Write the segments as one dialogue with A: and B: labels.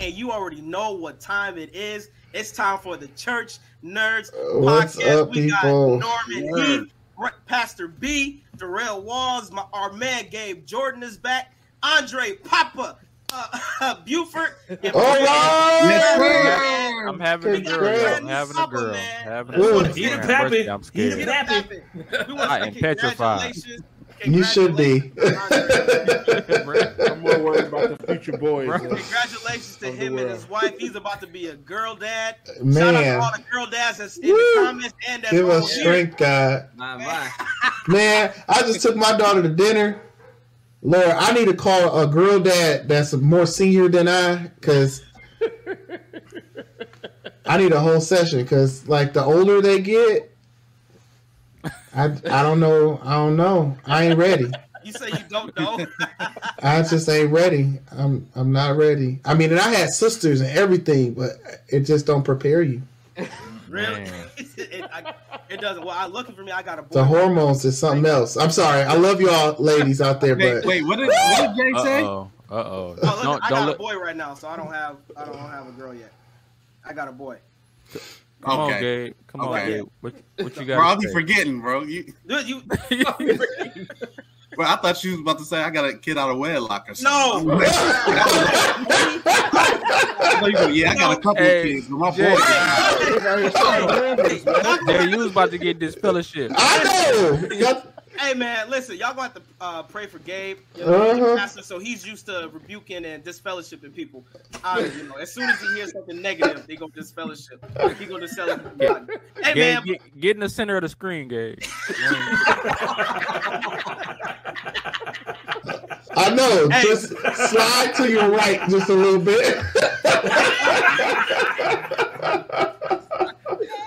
A: You already know what time it is. It's time for the Church Nerds
B: Uh, what's
A: podcast.
B: up,
A: we
B: people?
A: got Norman Heath, Re- Pastor B, Darrell Walls, my, our man Gabe Jordan is back, Andre Papa uh, Buford. and
B: All right.
A: Yes,
B: Yes,
C: I'm having a girl.
B: Congrats.
C: I'm having a girl.
A: Man.
C: Having a
B: Ooh,
C: girl.
D: he the
C: Damn,
D: pappy.
C: birthday, I'm
D: He the
C: scared.
D: pappy.
A: We want to
C: I
A: say
C: am petrified.
A: congratulations.
B: You should be.
A: Congratulations.
E: I'm more worried about the future boys.
C: Bro.
E: man.
A: Congratulations to
E: Of the
A: him and
E: world.
A: his wife. He's about to be a girl dad. Shout out to
B: Man,
A: all the girl dads that's in the
B: Woo.
A: comments and that's
B: give
A: on
B: us
A: here.
B: strength, God.
F: My, my.
B: Man, I just took my daughter to dinner. Lord, I need to call a girl dad that's more senior than I, because I need a whole session. Because like the older they get, I I don't know. I don't know. I ain't ready.
A: You say you don't know.
B: I just ain't ready. I'm I'm not ready. I mean, and I had sisters and everything, but it just don't prepare you.
A: really?
C: Man.
A: it, I, it doesn't. Well, I looking for me. I got a boy.
B: The hormones is something else. I'm sorry. I love y'all ladies out there,
F: Wait,
B: but
F: wait, what did, what did Jay say?
C: Uh-oh. Uh-oh.
A: Oh, look,
C: Don't,
A: I
C: don't
A: got
C: look.
A: a boy right now, so I don't have. I don't have a girl yet. I got a boy.
C: Come on,
F: Okay.
C: Gabe. Come on,
F: Okay.
C: Gabe. What, what you
F: Bro, I'll
C: got
F: be
C: to say?
F: forgetting, bro. You,
A: Dude, you
F: bro. I thought you was about to say I got a kid out of wedlock or
A: no.
F: something. I know you go, yeah, I got a couple
C: Hey,
F: of kids, but my
C: Jay.
F: boy.
C: Yeah, you was about to get this fellowship.
B: I know. Y'all-
A: Hey man, listen, y'all gonna have to uh, pray for Gabe, you know,
B: Uh-huh.
A: he's a pastor, so he's used to rebuking and disfellowshipping people. Uh, you know, as soon as he hears something negative, they go disfellowship. He gonna disfellowship. God. Hey
C: Gabe,
A: man,
C: get, get in the center of the screen, Gabe.
B: I know.
A: Hey.
B: Just slide to your right just a little bit.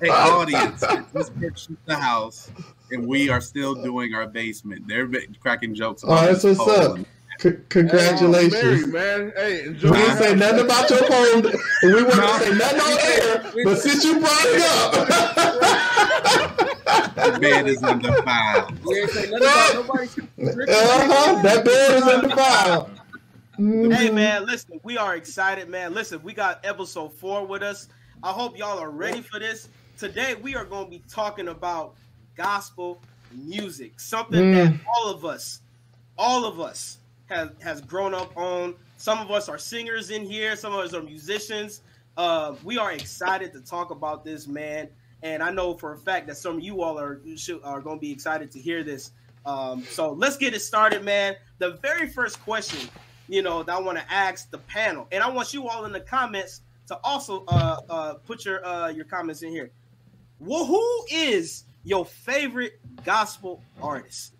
F: Hey, audience, this bitch is the house, and we are still doing our basement. They're ba- cracking jokes.
B: Oh, that's what's up. C-
E: Mary,
B: congratulations.
E: man. Hey, enjoy.
B: We didn't say nothing about your phone. We wouldn't
F: No.
B: say nothing on air, but since you brought it up,
F: The bed is undefiled.
B: uh-huh, that bed is in the file.
A: Hey
B: Mhm.
A: man, listen, we are excited, man. Listen, we got episode four with us. I hope y'all are ready for this. Today we are gonna be talking about gospel music, something that all of us, all of us has has grown up on. Some of us are singers in here, some of us are musicians. Uh, we are excited to talk about this, man. And I know for a fact that some of you all are you should, are gonna be excited to hear this. Um, so let's get it started, man. The very first question you know that I want to ask the panel, and I want you all in the comments to also uh, uh, put your uh, your comments in here. Well, who is your favorite gospel artist?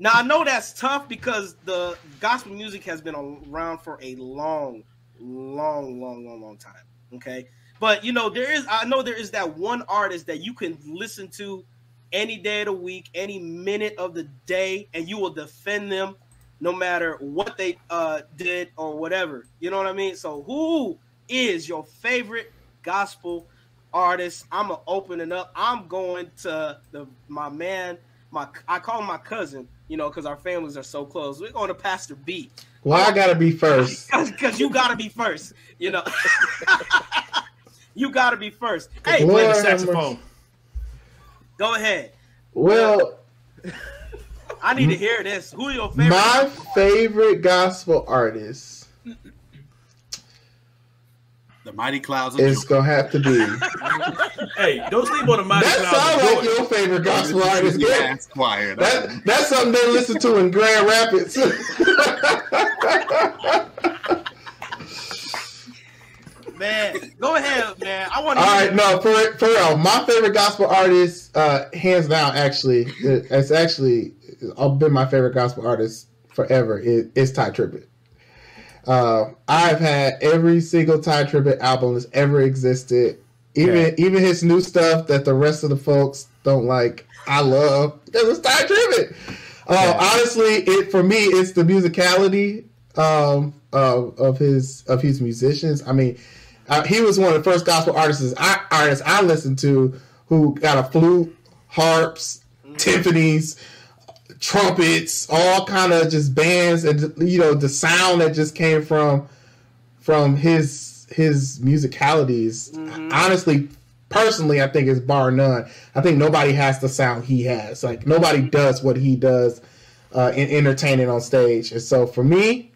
A: Now I know that's tough because the gospel music has been around for a long, long, long, long, long time. Okay, but you know there is I know there is that one artist that you can listen to any day of the week, any minute of the day, and you will defend them no matter what they uh did or whatever. You know what I mean? So who is your favorite gospel artist? I'm gonna open it up. I'm going to the my man, my I call him my cousin, you know, because our families are so close. We're going to Pastor B.
B: Well, I gotta be first.
A: Because you gotta be first, you know. you gotta be first. Hey,
B: What? Lord
E: Play the
B: have
E: saxophone.
A: go ahead.
B: Well,
A: I need to hear this. Who your favorite?
B: My favorite gospel artist
F: The mighty clouds of
B: is
F: Joy.
B: gonna have to be.
D: Hey, don't sleep on the mighty
B: That
D: cloud.
B: sounds
D: of
B: like
D: joy.
B: your favorite gospel artist.
F: Yeah,
B: That,
F: ass choir.
B: that- that's something they listen to in Grand Rapids.
A: man. Go ahead, man. I want to.
B: All right, no, for for real, my favorite gospel artist, uh, hands down, actually, it- it's actually I've been my favorite gospel artist forever. It, it's Ty Tribbett. Uh, I've had every single Ty Tribbett album that's ever existed. Even
C: Yeah.
B: even his new stuff that the rest of the folks don't like, I love because it's Ty Tribbett. Uh,
C: Yeah.
B: Honestly, it for me, it's the musicality um, of of his of his musicians. I mean, uh, he was one of the first gospel artists I artists I listened to who got a flute, harps, timpanies, trumpets, all kind of just bands, and you know the sound that just came from from his his musicalities,
A: Mhm.
B: honestly, personally, I think is bar none. I think nobody has the sound he has. Like nobody does what he does uh, in entertaining on stage. And so for me,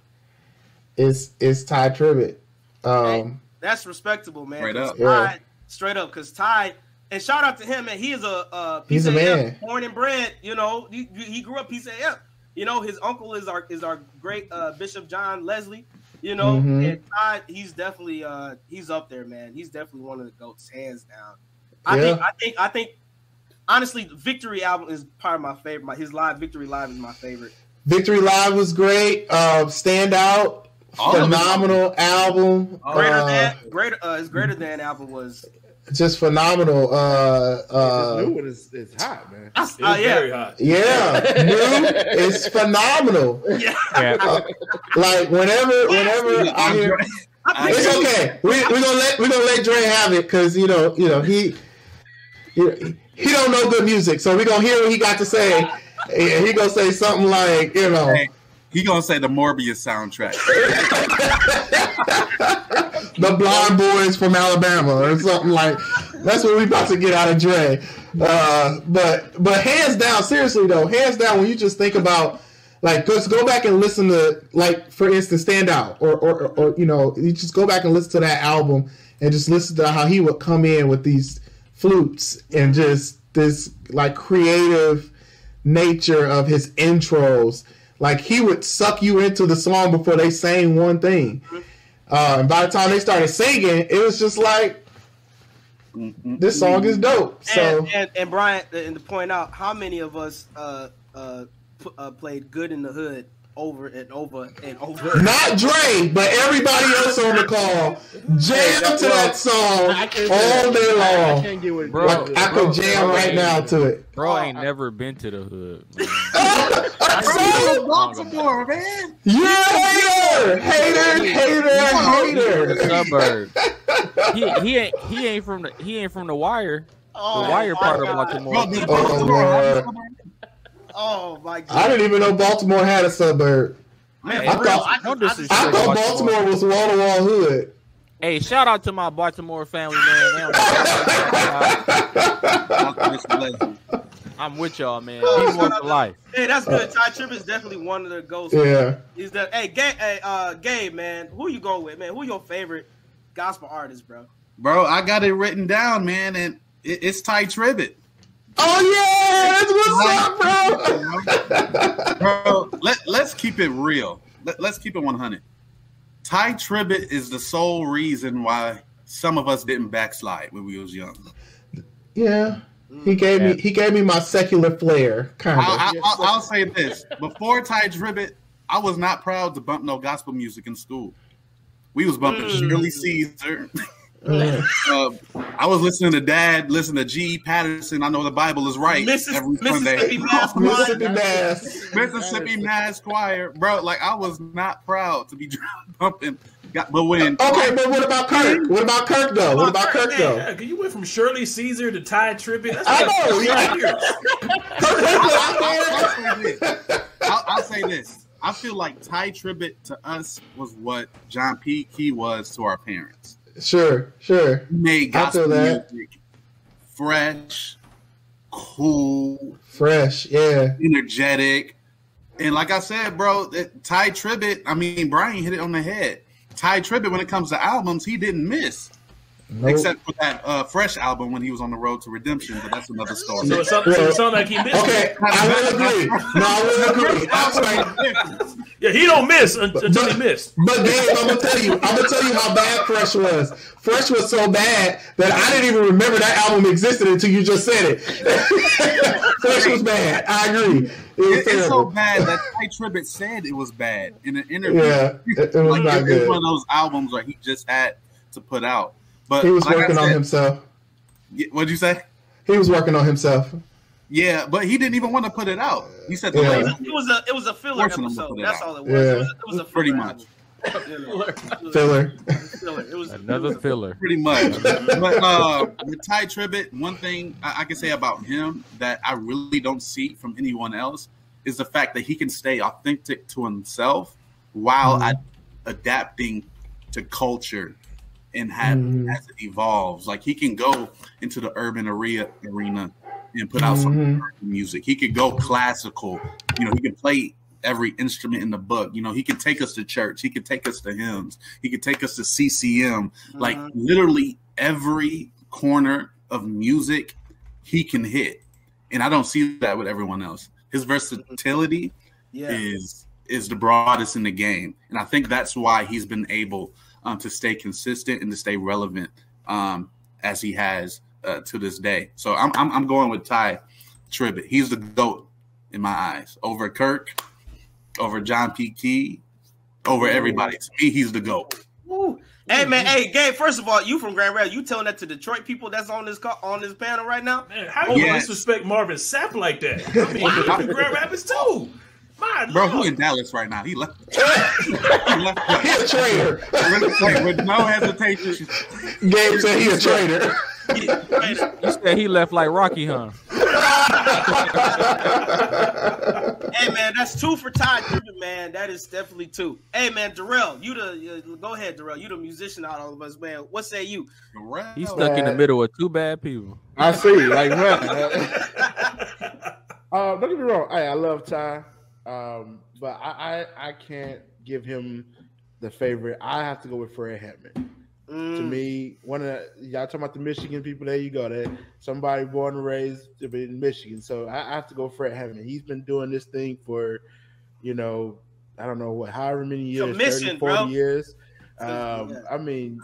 B: it's it's Ty Tribbett. Um,
A: That's respectable, man.
F: Straight
A: 'cause
F: up.
B: Yeah.
A: Ty, straight up, because Ty, and shout out to him, man. He is a, a
B: He's a
A: PCAF,
B: man.
A: born and bred. You know, he, he grew up PCAF. You know, his uncle is our is our great uh, Bishop John Leslie. You know,
B: Mhm.
A: and Ty, he's definitely uh, he's up there, man. He's definitely one of the goats, hands down. I think
B: Yeah.
A: I think I think honestly, the Victory album is probably my favorite. My, his live Victory Live is my favorite.
B: Victory Live was great. Uh, Standout,
F: All of it.
B: phenomenal album.
A: Greater
B: uh,
A: than greater uh, his Greater Than album was.
B: just phenomenal. Uh,
E: This
B: uh,
E: new one is it's hot, man.
A: I, uh,
D: It was
A: yeah,
D: very hot.
B: yeah, new. It's phenomenal.
A: yeah.
C: Yeah.
B: Like whenever, whenever I
F: I'm
B: hear,
F: dr-
A: I think
B: it's okay. We we gonna let we gonna let Dre have it because you know you know he. he- He don't know good music, so we gonna hear what he got to say. Yeah, he gonna say something like, you know,
F: Hey, he gonna say the Morbius soundtrack.
B: the blonde boys from Alabama or something like that's what we about to get out of Dre. Uh, but but hands down, seriously though, hands down when you just think about like just go back and listen to like for instance Stand Out or or, or you know, you just go back and listen to that album and just listen to how he would come in with these flutes and just this like creative nature of his intros. Like he would suck you into the song before they sang one thing. Uh, and by the time they started singing, it was just like this song is dope. So
A: and, and and Brian and to point out how many of us uh uh, p- uh played good in the hood over and over and over.
B: not Dre, but everybody else on the call jam to that song
E: I can't
B: all
E: get-
B: day
E: I- I
B: long.
E: can't get with
C: Bro,
B: Like I
C: bro,
B: could jam
C: bro.
B: right now to it.
C: Bro ain't never been to the hood. man.
B: So,
F: Baltimore, man.
B: you're a hater, hater, hater,
C: The
B: hater.
C: suburbs. He, he ain't he ain't from the he ain't from the wire. The
A: Oh,
C: wire
A: my
C: part
A: God.
C: of
F: Bro,
C: Baltimore.
F: this
B: Oh,
F: Baltimore,
B: Lord.
A: Oh my god!
B: I didn't even know Baltimore had a suburb.
A: Man,
C: I
A: for real,
B: thought-
A: I, just-
C: no
A: I just-
C: disrespect.
B: I thought Baltimore was wall to wall hood.
C: Hey, shout out to my Baltimore family, man. They don't- Uh,
F: Dr. Leslie.
C: I'm with y'all, man. Be more for life.
A: hey, that's good. Ty Tripp is definitely one of the ghosts.
B: Uh, Yeah.
A: He's the hey, gay, hey, uh, Gabe, man. Who you going with, man? Who your favorite gospel artist, bro?
F: Bro, I got it written down, man, and it, it's Ty Tribbett.
B: Oh yeah, that's what's up, bro.
F: Bro, let, let's keep it real. Let, let's keep it 100. Ty Tribbett is the sole reason why some of us didn't backslide when we was young.
B: Yeah. He gave me he gave me my secular flair, kind of.
F: Mm. I, I, I'll say this. Before Ty Tribbett, I was not proud to bump no gospel music in school. We was bumping
A: Mm.
F: Shirley Caesar.
B: Mm.
F: Uh, I was listening to Dad, listen to G. Patterson. I know the Bible is right
A: Missis-
F: every
A: Mississippi
F: Sunday.
A: Bass Choir.
B: Mississippi Bass.
F: Mississippi Mass Choir, bro. Like I was not proud to be drum bumping. Got, but when
B: Okay, but what about Kirk? What about Kirk though? What about Kirk though?
D: Yeah, 'cause you went from Shirley Caesar to Ty Tribbett. That's
B: I
D: like
B: know, yeah.
D: 30 years.
F: I, I, will say this. I'll, I'll say this. I feel like Ty Tribbett to us was what John P. Key was to our parents.
B: Sure, sure.
F: He made
B: I
F: gospel
B: feel that.
F: music fresh, cool,
B: Fresh, yeah.
F: energetic. And like I said, bro, that Ty Tribbett, I mean, Brian hit it on the head. Ty Tribbett, when it comes to albums, he didn't miss,
B: Nope.
F: except for that uh, Fresh album when he was on the road to Redemption, but that's another story.
D: So it sounds so it sound like he missed.
B: Okay, I will agree. No, I will agree. I'm sorry.
D: Yeah, he don't miss un- until he missed.
B: But Dave, I'm gonna tell you, I'm gonna tell you how bad Fresh was. Fresh was so bad that I didn't even remember that album existed until you just said it. Fresh was bad. I agree. It was
F: It- it's so
B: terrible.
F: bad that Ty Tribbett said it was bad in an interview.
B: yeah, it, it was
F: like
B: not
F: it- it's
B: good.
F: one of those albums that he just had to put out. But
B: He was
F: like I
B: working on
F: said-
B: himself.
F: Yeah, What'd you say?
B: He was working on himself.
F: Yeah, but he didn't even want to put it out. He said the
B: Yeah.
F: label.
A: It was a it was a filler
F: Forcing them to
A: episode.
F: put it
A: That's
F: out.
A: all it was.
B: Yeah.
A: It was, a- it was a filler
F: Pretty much.
A: album. You know, it was a
B: Filler.
A: filler. It was
C: Another filler.
F: pretty much. but uh, with Ty Tribbett, one thing I, I can say about him that I really don't see from anyone else is the fact that he can stay authentic to himself while ad- adapting to culture and have
B: Mhm.
F: as it evolves. Like he can go into the urban area arena and put out some
B: Mhm.
F: urban music. He could go classical. You know, he can play every instrument in the book. You know, he can take us to church. He can take us to hymns. He could take us to CCM. Like
A: Mhm.
F: literally every corner of music he can hit. And I don't see that with everyone else. His versatility
A: Yeah.
F: is is the broadest in the game, and I think that's why he's been able um, to stay consistent and to stay relevant um, as he has uh, to this day. So I'm, I'm I'm going with Ty Tribbett. He's the goat in my eyes over Kirk, over John P. Key, over everybody. To me, he's the goat.
A: Woo. Hey man, hey Gabe. First of all, you from Grand Rapids. You telling that to Detroit people that's on this call, on this panel right now?
D: Man, how you
F: Yes.
D: disrespect Marvin Sapp like that? I mean, he's from Grand Rapids too. My
F: Bro, who
D: lord.
F: in Dallas right now? He left. he left
B: He a traitor.
F: with no hesitation.
B: Gabe said he a traitor.
C: You said he left like Rocky, huh?
A: Hey man, that's two for Ty Trippin, man. That is definitely two. Hey man, Darrell, you the uh, go ahead, Darrell. You the musician out of all of us, man. What say you?
C: He's stuck in the middle of two bad people.
E: I see. Like, man. uh, don't get me wrong. I, I love Ty, um, but I, I I can't give him the favorite. I have to go with Fred Hammond. To
A: Mm,
E: me, one of the, y'all talking about the Michigan people. There you go. That somebody born and raised in Michigan. So I, I have to go Fred Hammond. He's been doing this thing for, you know, I don't know what, however many years, 30,
A: Submission,
E: 40
A: bro.
E: years. Um,
A: Yeah.
E: I mean,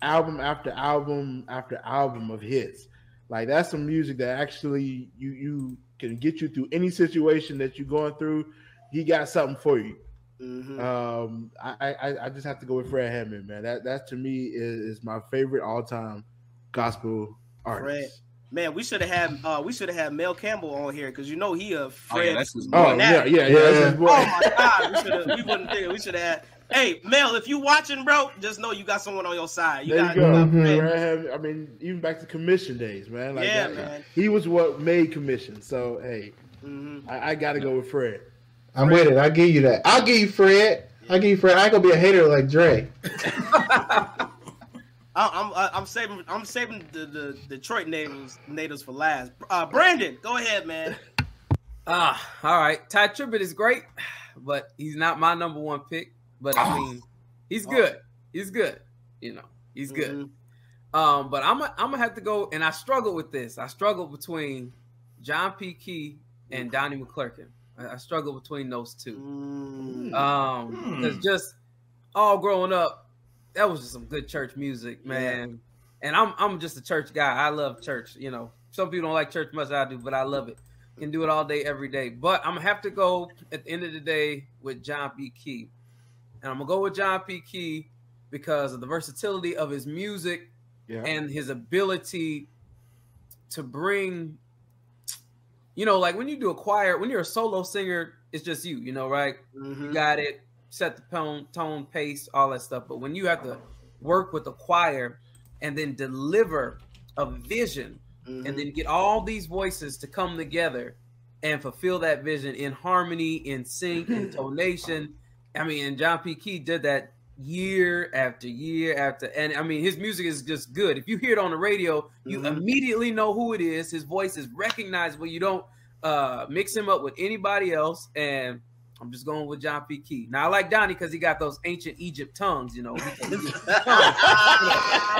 E: album after album after album of hits. Like that's some music that actually you you can get you through any situation that you're going through. He got something for you.
A: mhm.
E: Um, I, I I just have to go with Fred Hammond, man. That that to me is, is my favorite all time gospel artist.
A: Man, we should have had uh, we should have had Mel Campbell on here because you know he a
F: Oh,
A: Fred.
F: yeah, that's his
E: Oh
A: Boy,
E: yeah,
A: that-
E: yeah, yeah. that's his
A: oh
E: boy.
A: my god, we should have we wouldn't think it. we should have. had Hey Mel, if you watching, bro, just know you got someone on your side. You
E: There you
A: got,
E: go. Mm-hmm.
A: got
B: Mhm.
A: Fred.
E: Fred Hammond. I mean, even back to commission days, man. Like
A: Yeah,
E: that-
A: man.
E: He was what made commission. So hey,
A: Mhm.
E: I, I got to go with Fred.
B: I'm with it. I give you that. I'll give you Fred. I give you Fred. I ain't gonna be a hater like Dre.
A: I, I'm I- I'm saving I'm saving the, the Detroit natives natives for last. Uh, Brandon, go ahead, man.
G: Ah, all right. Ty Tribbett is great, but he's not my number one pick. But I
F: Oh.
G: mean, he's good. He's good. You know, he's good. Um, but I'm i I'm gonna have to go, and I struggle with this. I struggle between John P. Key and Donnie McClurkin. I, I struggle between those two.
A: Mhm.
G: Um, because just all growing up, that was just some good church music, man. And I'm I'm just a church guy. I love church. You know, some people don't like church much. I do, but I love it. Can do it all day, every day. But I'm gonna have to go at the end of the day with John P. Key, and I'm gonna go with John P. Key because of the versatility of his music
E: Yeah.
G: and his ability to bring you know like when you do a choir when you're a solo singer it's just you you know right you
A: Mhm.
G: got it set the tone tone pace all that stuff but when you have to work with a choir and then deliver a vision
A: Mm-hmm.
G: and then get all these voices to come together and fulfill that vision in harmony, in sync, in tonation. I mean, and John P. Key did that year after year after, and I mean, his music is just good. If you hear it on the radio, you
A: Mhm.
G: immediately know who it is. His voice is recognizable. You don't uh, mix him up with anybody else, and I'm just going with John P. Key. Now I like Donnie because he got those ancient Egypt tongues, you know. He can-
A: Mm-hmm.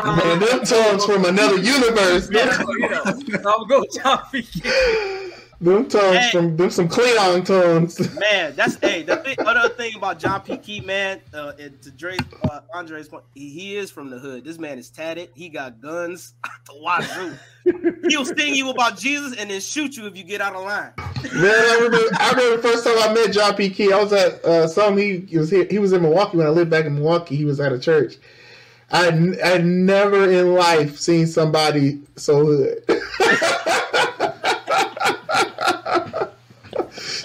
B: Man, them tongues from another universe.
G: Yeah, you know. So I'm going with John P. Key.
B: Them tongues from them some Cleon tongues.
A: man, that's hey. The thing, other thing about John P. Key, man, uh, and to Dre's, uh, Andre's point, he, he is from the hood. This man is tatted. He got guns out the wazoo. He'll sting you about Jesus and then shoot you if you get out of line.
B: Man, I remember, I remember the first time I met John P. Key. I was at uh, some. He, he was here. He was in Milwaukee when I lived back in Milwaukee. He was at a church. I had n- I had never in life seen somebody so hood.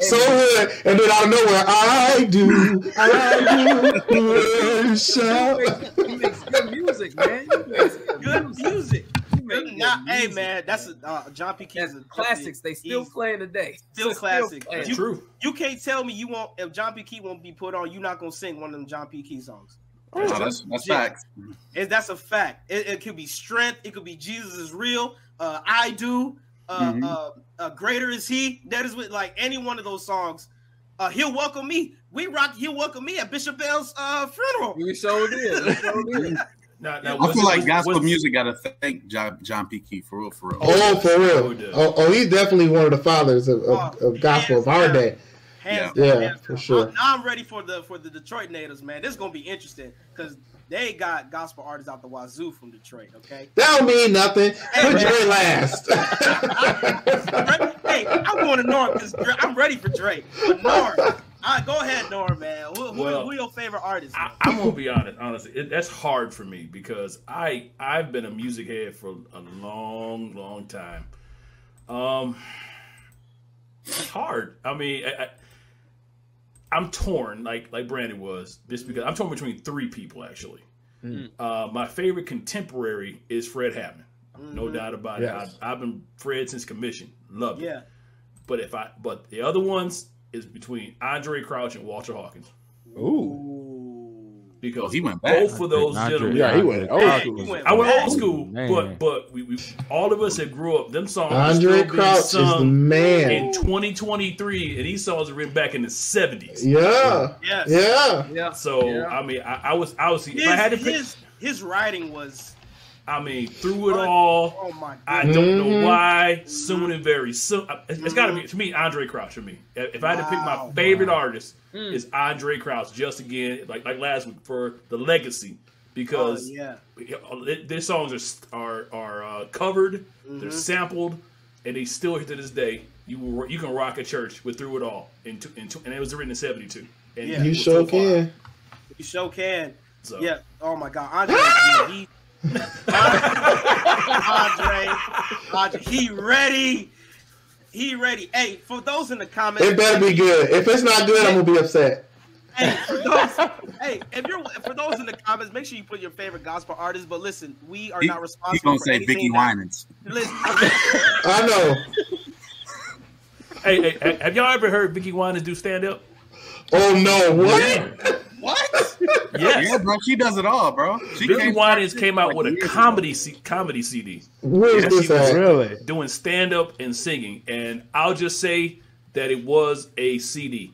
B: so hood, and then out of nowhere, I do, I do worship.
G: makes- he makes good music, man. He makes
A: Good music.
G: He makes good
A: Nah, hey,
G: music.
A: man, that's a, uh, John P. Key
G: That's
A: is a-
G: classics. They still
A: He's-
G: playing today.
A: Still classic.
G: playing.
D: That's true.
A: You can't tell me you won't if John P. Key won't be put on. You're not gonna sing one of them John P. Key songs.
F: No, that's that's
A: Yeah.
F: facts.
A: It, that's a fact. It, it could be strength. It could be Jesus is real. Uh, I do. Uh,
F: Mhm.
A: uh, uh, greater is He. That is with like any one of those songs. Uh, he'll welcome me. We rock. He'll welcome me at Bishop Bell's uh, funeral.
G: We sure did. We sure did.
D: Now, now,
F: I
D: what's-
F: feel like
D: what's-
F: gospel
D: what's-
F: music got to thank John, John P. Key for real, for real.
B: Oh, for
D: Oh,
B: real.
D: yeah.
B: Oh, oh, he's definitely one of the fathers of, of,
A: Oh,
B: of gospel of our
A: hands down.
B: day.
A: Hands
B: Yeah.
A: down,
B: Yeah,
A: hands
B: for
A: down.
B: sure.
A: Now, now I'm ready for the for the Detroit natives, man. This is gonna be interesting because they got gospel artists out the wazoo from Detroit. Okay.
B: That don't mean nothing.
A: Hey,
B: Put
A: man.
B: Dre last.
A: hey, I'm going to Norm because I'm ready for Drake. But Norm, all right, go ahead, Norm, man. Who, who,
D: Well,
A: who your favorite artist?
D: I,
A: man?
D: I'm gonna be honest. Honestly, it, that's hard for me because I I've been a music head for a long, long time. Um, it's hard. I mean, I, I, I'm torn, like like Brandon was, just because I'm torn between three people actually.
E: Mm.
D: Uh, my favorite contemporary is Fred Hammond, no
A: Mhm.
D: doubt about
E: Yes.
D: it. I, I've been Fred since commission, love it.
A: Yeah.
D: But if I but the other ones is between Andre Crouch and Walter Hawkins
E: Ooh.
F: Oh,
D: because
F: he went back.
D: both of those
C: Andre-
D: gentlemen.
E: Yeah, he went old
A: Hey,
E: school.
A: you went-
D: I went old
A: Hey,
D: school,
C: man.
D: but but we, we all of us that grew up, them songs are
B: Andre
D: still being
B: Crouch is the
D: sung in
B: man.
D: 2023, and these songs were written back in the 70s.
B: Yeah.
A: Yes.
B: Yeah.
G: Yeah.
D: So
G: Yeah.
D: I mean, I, I was I was if
A: His,
D: I had to pick,
A: his, his writing was,
D: I mean, through it all,
A: oh my
D: I
A: God.
D: don't
B: Mhm.
D: know why. Soon and very soon, I- it's, it's got to be to me Andre Crouch for me. If if I had to pick
A: Wow. Hmm.
D: my favorite artist,
G: Mm.
D: is Andre Crouch. Just again, like like last week for the legacy,
A: Oh,
D: because
A: yeah.
D: it- their songs are are are uh, covered, they're
A: Mhm.
D: sampled, and they still here to this day. You will, you can rock a church with through it all, and in, two and it was written in '72. And
A: Yeah.
D: it
B: You
D: was
B: sure
D: so far.
B: can.
A: You sure can.
D: So.
A: Yeah. Oh my God. Andre. he, Andre. Andre. He ready. He ready. Hey, for those in the comments,
B: It better be good. If it's not good, I'm gonna be upset.
A: hey, for those, hey, if you're for those in the comments, make sure you put your favorite gospel artist. But listen, we are
F: He-
A: not
F: He's
A: responsible.
F: gonna
A: for
F: say
A: anything
F: Vicky
A: that-
F: Winans.
A: Listen,
B: I know.
D: Hey, hey, hey, have y'all ever heard Vicky Winans do stand up?
B: Oh no, what?
A: what?
F: Yeah, bro, she does it all, bro. She
D: Vicky
F: came-
D: Winans came out
F: like
D: with a
F: years ago.
D: comedy C- comedy CD
B: Where's
D: Yeah,
B: this
D: she was
B: at?
E: Really?
D: doing stand up and singing, and I'll just say that it was a CD.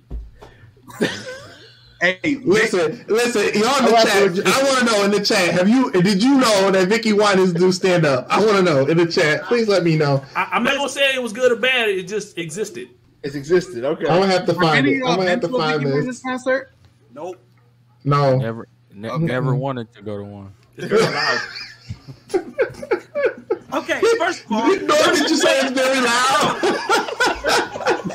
F: Hey,
B: Listen, listen, y'all in
E: I
B: the
E: like what
B: chat.
E: you-
B: I want to know in the chat. Have you? Did you know that Vicky Winans do stand up? I want to know in the chat. Please let me know.
D: I, I'm not gonna say it was good or bad; it just existed.
E: It's existed. Okay.
B: I'm gonna have to find it.
F: any
B: I'm
F: y'all
B: gonna
F: been
B: have
F: to
B: to
F: a Nicki
B: find this.
F: Minaj concert?
A: Nope.
B: No,
C: Never, ne-
F: Okay.
C: never wanted to go to one.
D: It's very loud.
A: Okay. First of all,
B: you know that you say it's very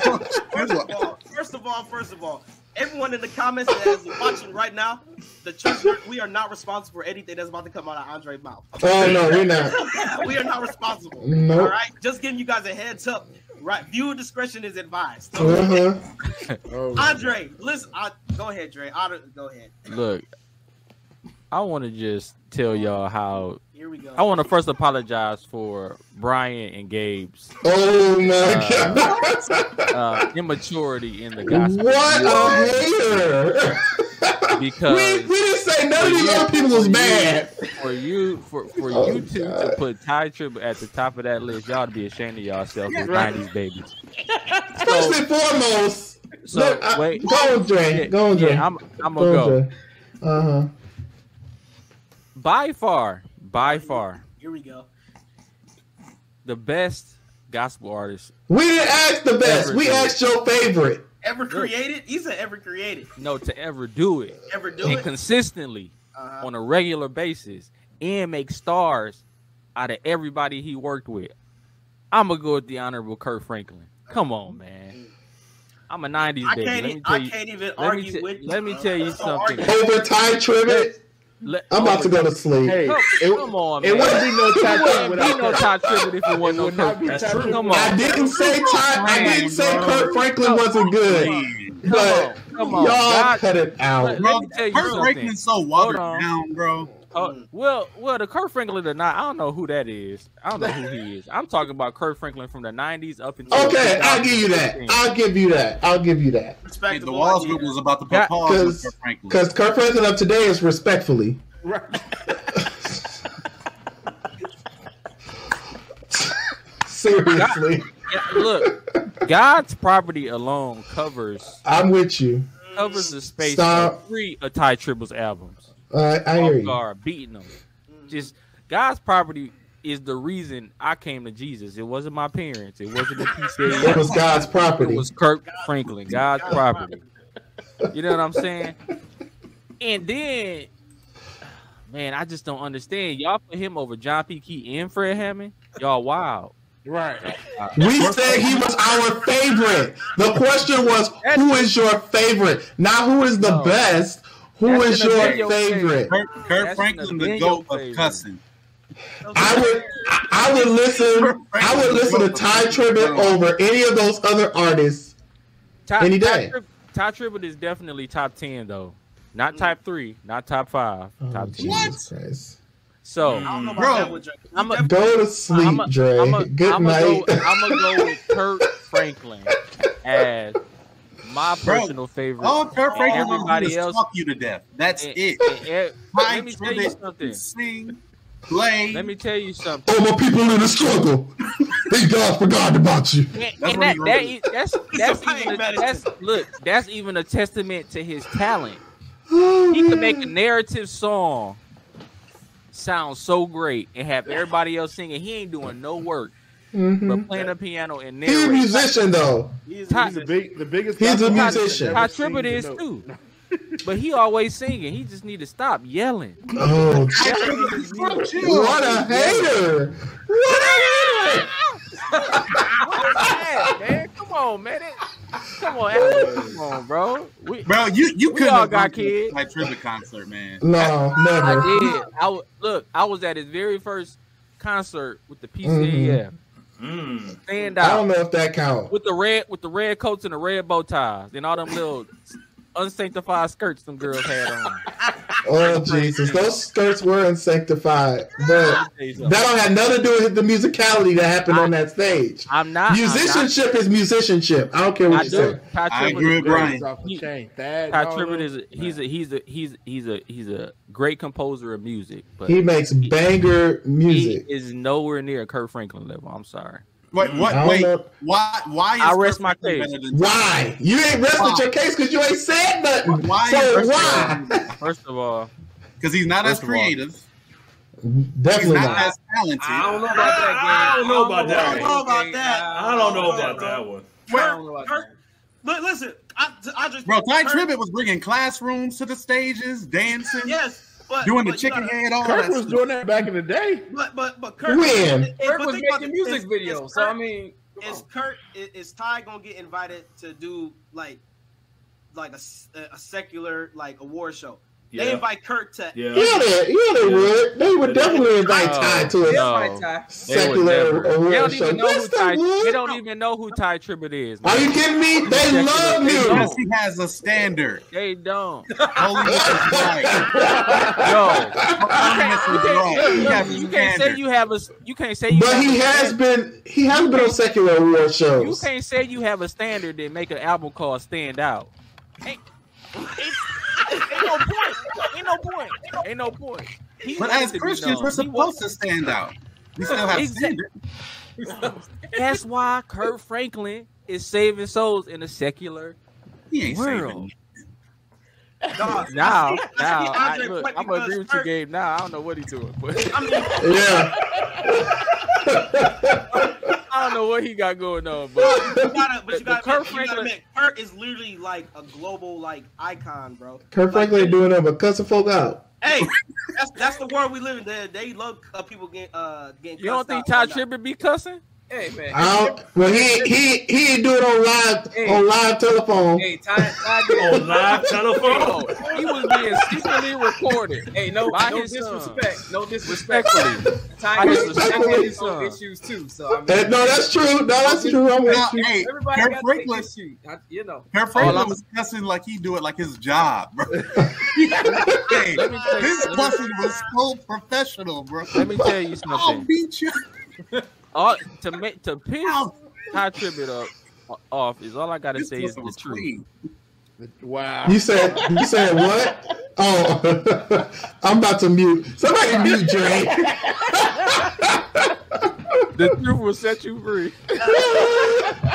B: loud.
F: That's what-
A: Well, first of all, first of all, everyone in the comments that is watching right now, the church, we're- we are not responsible for anything that's about to come out of Andre's mouth.
B: Oh no, we're not.
A: we are not responsible.
B: Nope.
A: All right, just giving you guys a heads up. Right, viewer discretion is advised. So,
B: Uh-huh.
E: Oh,
A: Andre, listen, I, go ahead, Dre. I, don't- go ahead.
C: Look, I want to just tell y'all how
A: Here we go.
C: I want to first apologize for Brian and Gabe's
B: Oh my
C: Uh,
B: god.
C: uh, immaturity in the gospel
B: What a
C: world
B: hater! We, we
C: because
B: didn't say none of these other people was bad.
C: for you for for
B: Oh,
C: you two
B: God.
C: to put Ty Tripp at the top of that list, y'all to be ashamed of yourself as
E: Right.
C: nineties babies.
B: First and foremost,
C: So
B: look, I-
C: wait,
B: go on, Dre.
C: yeah,
B: Go on, Dre.
C: yeah, I'm I'm
B: go
C: gonna go.
B: on, Dre. Uh huh.
C: By far, by far,
A: Here we go.
C: the best gospel artist.
B: We didn't ask the best. We
C: Everything.
B: asked your favorite.
A: Ever created? He said ever created.
C: No, to ever do it
A: Ever do
C: and
A: it?
C: consistently
D: Uh,
A: Uh-huh.
C: on a regular basis and make stars out of everybody he worked with. I'm gonna go with the honorable Kurt Franklin. Come on, man. I'm a '90s
A: I
C: baby.
A: can't.
C: Let me
A: E-
C: tell
A: I
C: you.
A: can't even
C: Let
A: argue
C: me, te-
A: with. you,
C: let me
A: bro.
C: tell you
A: That's no argument.
C: something.
B: Over Ty Tribbett.
C: Let-
B: I'm about to go to sleep.
E: Hey,
C: Come,
E: it,
C: come on,
E: it
C: man.
E: wouldn't be no
C: It
E: tattoo
C: wouldn't
E: without
C: be no
E: Kurt.
C: Todd Tribbett if it wasn't no
E: would not
C: Kurt.
E: be
D: That's
E: Ty
D: true.
E: Tribbett.
C: Come
B: I
C: on,
B: didn't say Ty. I didn't say Kurt Franklin wasn't good,
C: come
B: but
C: on, come on.
B: y'all
C: God,
B: cut it out.
C: Let
F: Bro,
C: me tell you
F: Kurt
C: something.
F: Franklin's so watered
C: Hold on.
F: down, bro.
C: Oh, well, well, the Kurt Franklin or not, I don't know who that is. I don't know who he is. I'm talking about Kurt Franklin from the '90s up until.
B: Okay, I'll give you that.
C: 2015.
B: I'll give you that. I'll give you that.
F: Hey, the
A: Respectable
F: Walls
A: idea.
F: group was about to put
C: Yeah,
F: pause with
B: Because
F: Kirk Franklin.
B: because Kirk Franklin of today is respectfully.
E: Right.
B: Seriously,
C: Yeah, look, God's property alone covers
B: I'm with you.
C: covers the space
B: Stop.
C: for three of Ty Tribble's albums.
B: Uh, I hear
C: off
B: you.
C: guard, beating them. Just God's property is the reason I came to Jesus. It wasn't my parents. It wasn't the
B: It
C: PCA.
B: was God's
C: it
B: property.
C: was Kirk Franklin, God's property. You know what I'm saying? And then, man, I just don't understand. Y'all put him over John P. Key and Fred Hammond. Y'all wild.
E: Right.
B: We said he was our favorite. The question was, who is your favorite? Not who is the
C: No.
B: best. Who
C: That's
B: is
C: in a
B: your
C: video
B: favorite?
F: Kirk,
C: That's
F: Kirk Franklin,
C: the
F: the goat
C: video
F: of cussing.
B: I would, I- I would listen. I would listen to Ty Tribbett over any of those other artists.
C: Ty,
B: Any
C: Ty
B: day.
C: Trib- Ty Tribbett is definitely top ten though.
F: Mm.
C: Not top three, not top five,
B: Oh,
C: top ten.
B: Jesus Christ.
C: So
F: Mm.
A: I don't know about
F: Bro.
A: that one, Drake.
C: I'm a-
B: Go to sleep,
C: I'ma-
B: Dre.
C: I'ma-
B: Good
C: I'ma
B: night.
C: Go, I'm gonna go with Kirk Franklin as my
F: Bro,
C: personal favorite.
F: All Kirk Franklin
C: Everybody
F: everybody is
C: else-
F: else, talk you to death. That's
C: And-
F: it.
C: and- and-
F: Ty
C: let me tell you
F: Tribbett
C: something.
F: Sing, play.
C: Let me tell you something.
B: All my people in the struggle. Thank God forgot about you.
C: And,
F: That's
C: and
F: what
C: that,
F: he wrote.
C: that is, that's that's
A: pain
C: even a,
A: medicine.
C: that's look that's even a testament to his talent.
B: Oh,
C: He
B: man.
C: can make a narrative song sound so great and have everybody else singing. He ain't doing no work
B: Mhm.
F: Mm-hmm.
C: but playing the piano and
B: He's a
C: narrating.
B: musician though.
A: He's,
C: Ty-
A: he's
E: The
A: a
E: big, the biggest.
B: He's a
E: gospel artist that
B: musician.
E: never
C: Ty
E: sings
C: Tribbett
E: a
C: is
E: note.
C: too. But he always singing. He just need to stop yelling.
B: Oh, what a hater! What a hater!
C: Hey, man, come on, man. It- Come on, Adam. come on, bro. We,
F: Bro, you you
C: We
F: couldn't
C: all
F: have
C: got
F: gone to
C: kids.
F: Ty Tribbett concert, man.
B: No,
C: I
B: never.
C: did. I w- look. I was at his very first concert with the PCAF.
D: Mm.
C: Stand
B: Mm-hmm. I don't
C: out
B: know if that counts.
C: with the red with the red coats and the red bow ties and all them little unsanctified skirts them girls had on.
B: Oh Jesus, those skirts were unsanctified, but
C: Let me tell you something.
B: that don't have nothing to do with the musicality that happened on that stage.
C: I'm not I'm not-
B: Musicianship is musicianship. I don't care what
C: Uh-uh. I
B: you
C: do.
B: say.
C: Ty
F: I
C: Tribbett
F: agree
C: is
F: with
C: great.
F: Brian.
E: He's off the
C: You-
E: chain. Thad,
C: Ty
E: y'all
C: Tribbett
E: know?
C: is a, he's a he's a he's he's a he's a great composer of music, but
B: He makes banger music.
C: He is nowhere near Kurt Franklin level. I'm sorry.
F: Wait,
B: I
F: what?
B: don't
F: Wait,
B: know.
F: why? Why is
C: I rest
F: Kirk
C: my
F: Franklin
C: case.
F: better than
B: Why? You ain't rested your case because you ain't said nothing.
F: Why is
B: so
F: Kirk
B: why?
C: First of all,
F: Because he's not
C: First
F: as
C: of all,
F: creative. He's
B: Definitely
F: not,
B: not.
F: as talented.
G: I don't know about that.
D: I don't
G: Gang.
D: know about that.
A: I don't know about that.
D: I don't know about that one.
G: I
A: Where,
G: don't know about
A: Kirk,
G: that.
A: li- listen, I, I just
F: Bro, Ty
A: Kirk-
F: Tribbett was bringing classrooms to the stages, dancing,
A: Yes, but
F: doing the
A: but you
F: chicken
A: gotta-
F: head, all
E: Kirk
F: that
E: was
F: stuff.
E: doing that back in the day.
A: But but but Kirk
B: When?
A: and-
G: Kirk
A: but
G: was
A: think about
G: making
A: this,
G: music
A: is-
G: videos,
A: is
G: so I
A: Kirk-
G: mean, oh, come
A: is
G: on.
A: Kurt is, is Ty gonna get invited to do like like a, s- a secular like award show? They
D: Yeah.
A: invite Kurt to
D: Yeah.
B: Yeah, they, yeah, they
D: Yeah.
B: would. They would definitely invite
C: No,
B: Ty to a
C: no.
G: Right, Ty.
B: secular
C: never. they
B: award
C: don't
B: show.
C: even know
B: Yes,
C: who Ty.
B: they
C: They
B: would.
C: don't even know who Ty Tribbett is.
B: Are
C: man.
B: you kidding me? They
C: Secular-
B: love
C: they
B: you.
F: Because he has a standard.
C: They don't.
F: Holiness is right.
C: Yo,
F: Holiness
C: you
F: is right. He
C: can't, look,
F: has a
C: you can't say
F: standard.
C: you have a. s- You can't say you.
B: But
C: have
B: he
C: a
B: has
C: standard.
B: been he has been on secular award
C: You
B: shows.
C: can't say you have a standard and make an album called Stand Out. Ain't, ain't, ain't no point. Ain't no point. Ain't no point. He
F: But
C: wanted
F: as
C: to be
F: Christians,
C: known.
F: we're
C: He wa-
F: supposed to stand out. We still have
C: Exact-
F: standards.
C: That's why Kurt Franklin is saving souls in a secular
F: He ain't
C: world.
F: saving.
A: God.
C: Now,
A: Let's be
C: now, I,
A: Andre
C: look,
A: Franklin
C: I'm gonna agree with you,
A: first.
C: Gabe. Now I don't know what he doing, but
A: I mean,
B: Yeah.
C: I don't know what he got going on. But
A: you gotta, but you
C: The
A: gotta, admit-
C: Kirk
A: you gotta
C: Franklin-
A: admit, Kirk is literally like a global like icon, bro.
B: Kurt
A: Like,
B: Franklin ain't doing nothing but cussing folk out.
A: Hey, that's that's the world we live in. They, they love uh, people getting uh getting.
C: you don't
A: cussed
C: think
A: out
C: Ty
A: and whatnot.
C: Tribbett be cussing?
G: Hey man.
B: I don't, well, he he he didn't do it on live
G: Hey.
B: on live telephone.
G: Hey, Ty, Ty did.
D: on live telephone.
C: Oh, he was being secretly recorded.
G: Hey, no,
C: By
G: no
C: his son.
G: disrespect. No disrespect.
C: Respectfully,
G: Ty
C: I
G: did
B: disrespect
G: his
C: his
G: own
C: son.
G: issues too. So I mean,
B: That- Eh, no, that's true. No, that's true. I'm with
F: Now,
B: you.
F: hey,
G: everybody
F: Kirk
G: got to
F: Franklin-
G: take issue. I, you know.
F: Her friend
C: All I'm-
F: was cussing like he do it like his job, bro. hey,
C: Let me tell you-
F: his
C: let me-
F: cussing was so professional, bro.
C: let me tell you
F: I'll
C: something.
F: beat you
C: All, to make to piss
F: out.
C: Ty Tribbett up uh, off is all I gotta
F: This
C: say is
F: cussing
C: the
F: was
C: truth.
F: clean.
E: Wow.
B: You said you said what? Oh, I'm about to mute. Somebody mute Dre.
C: The truth will set you free.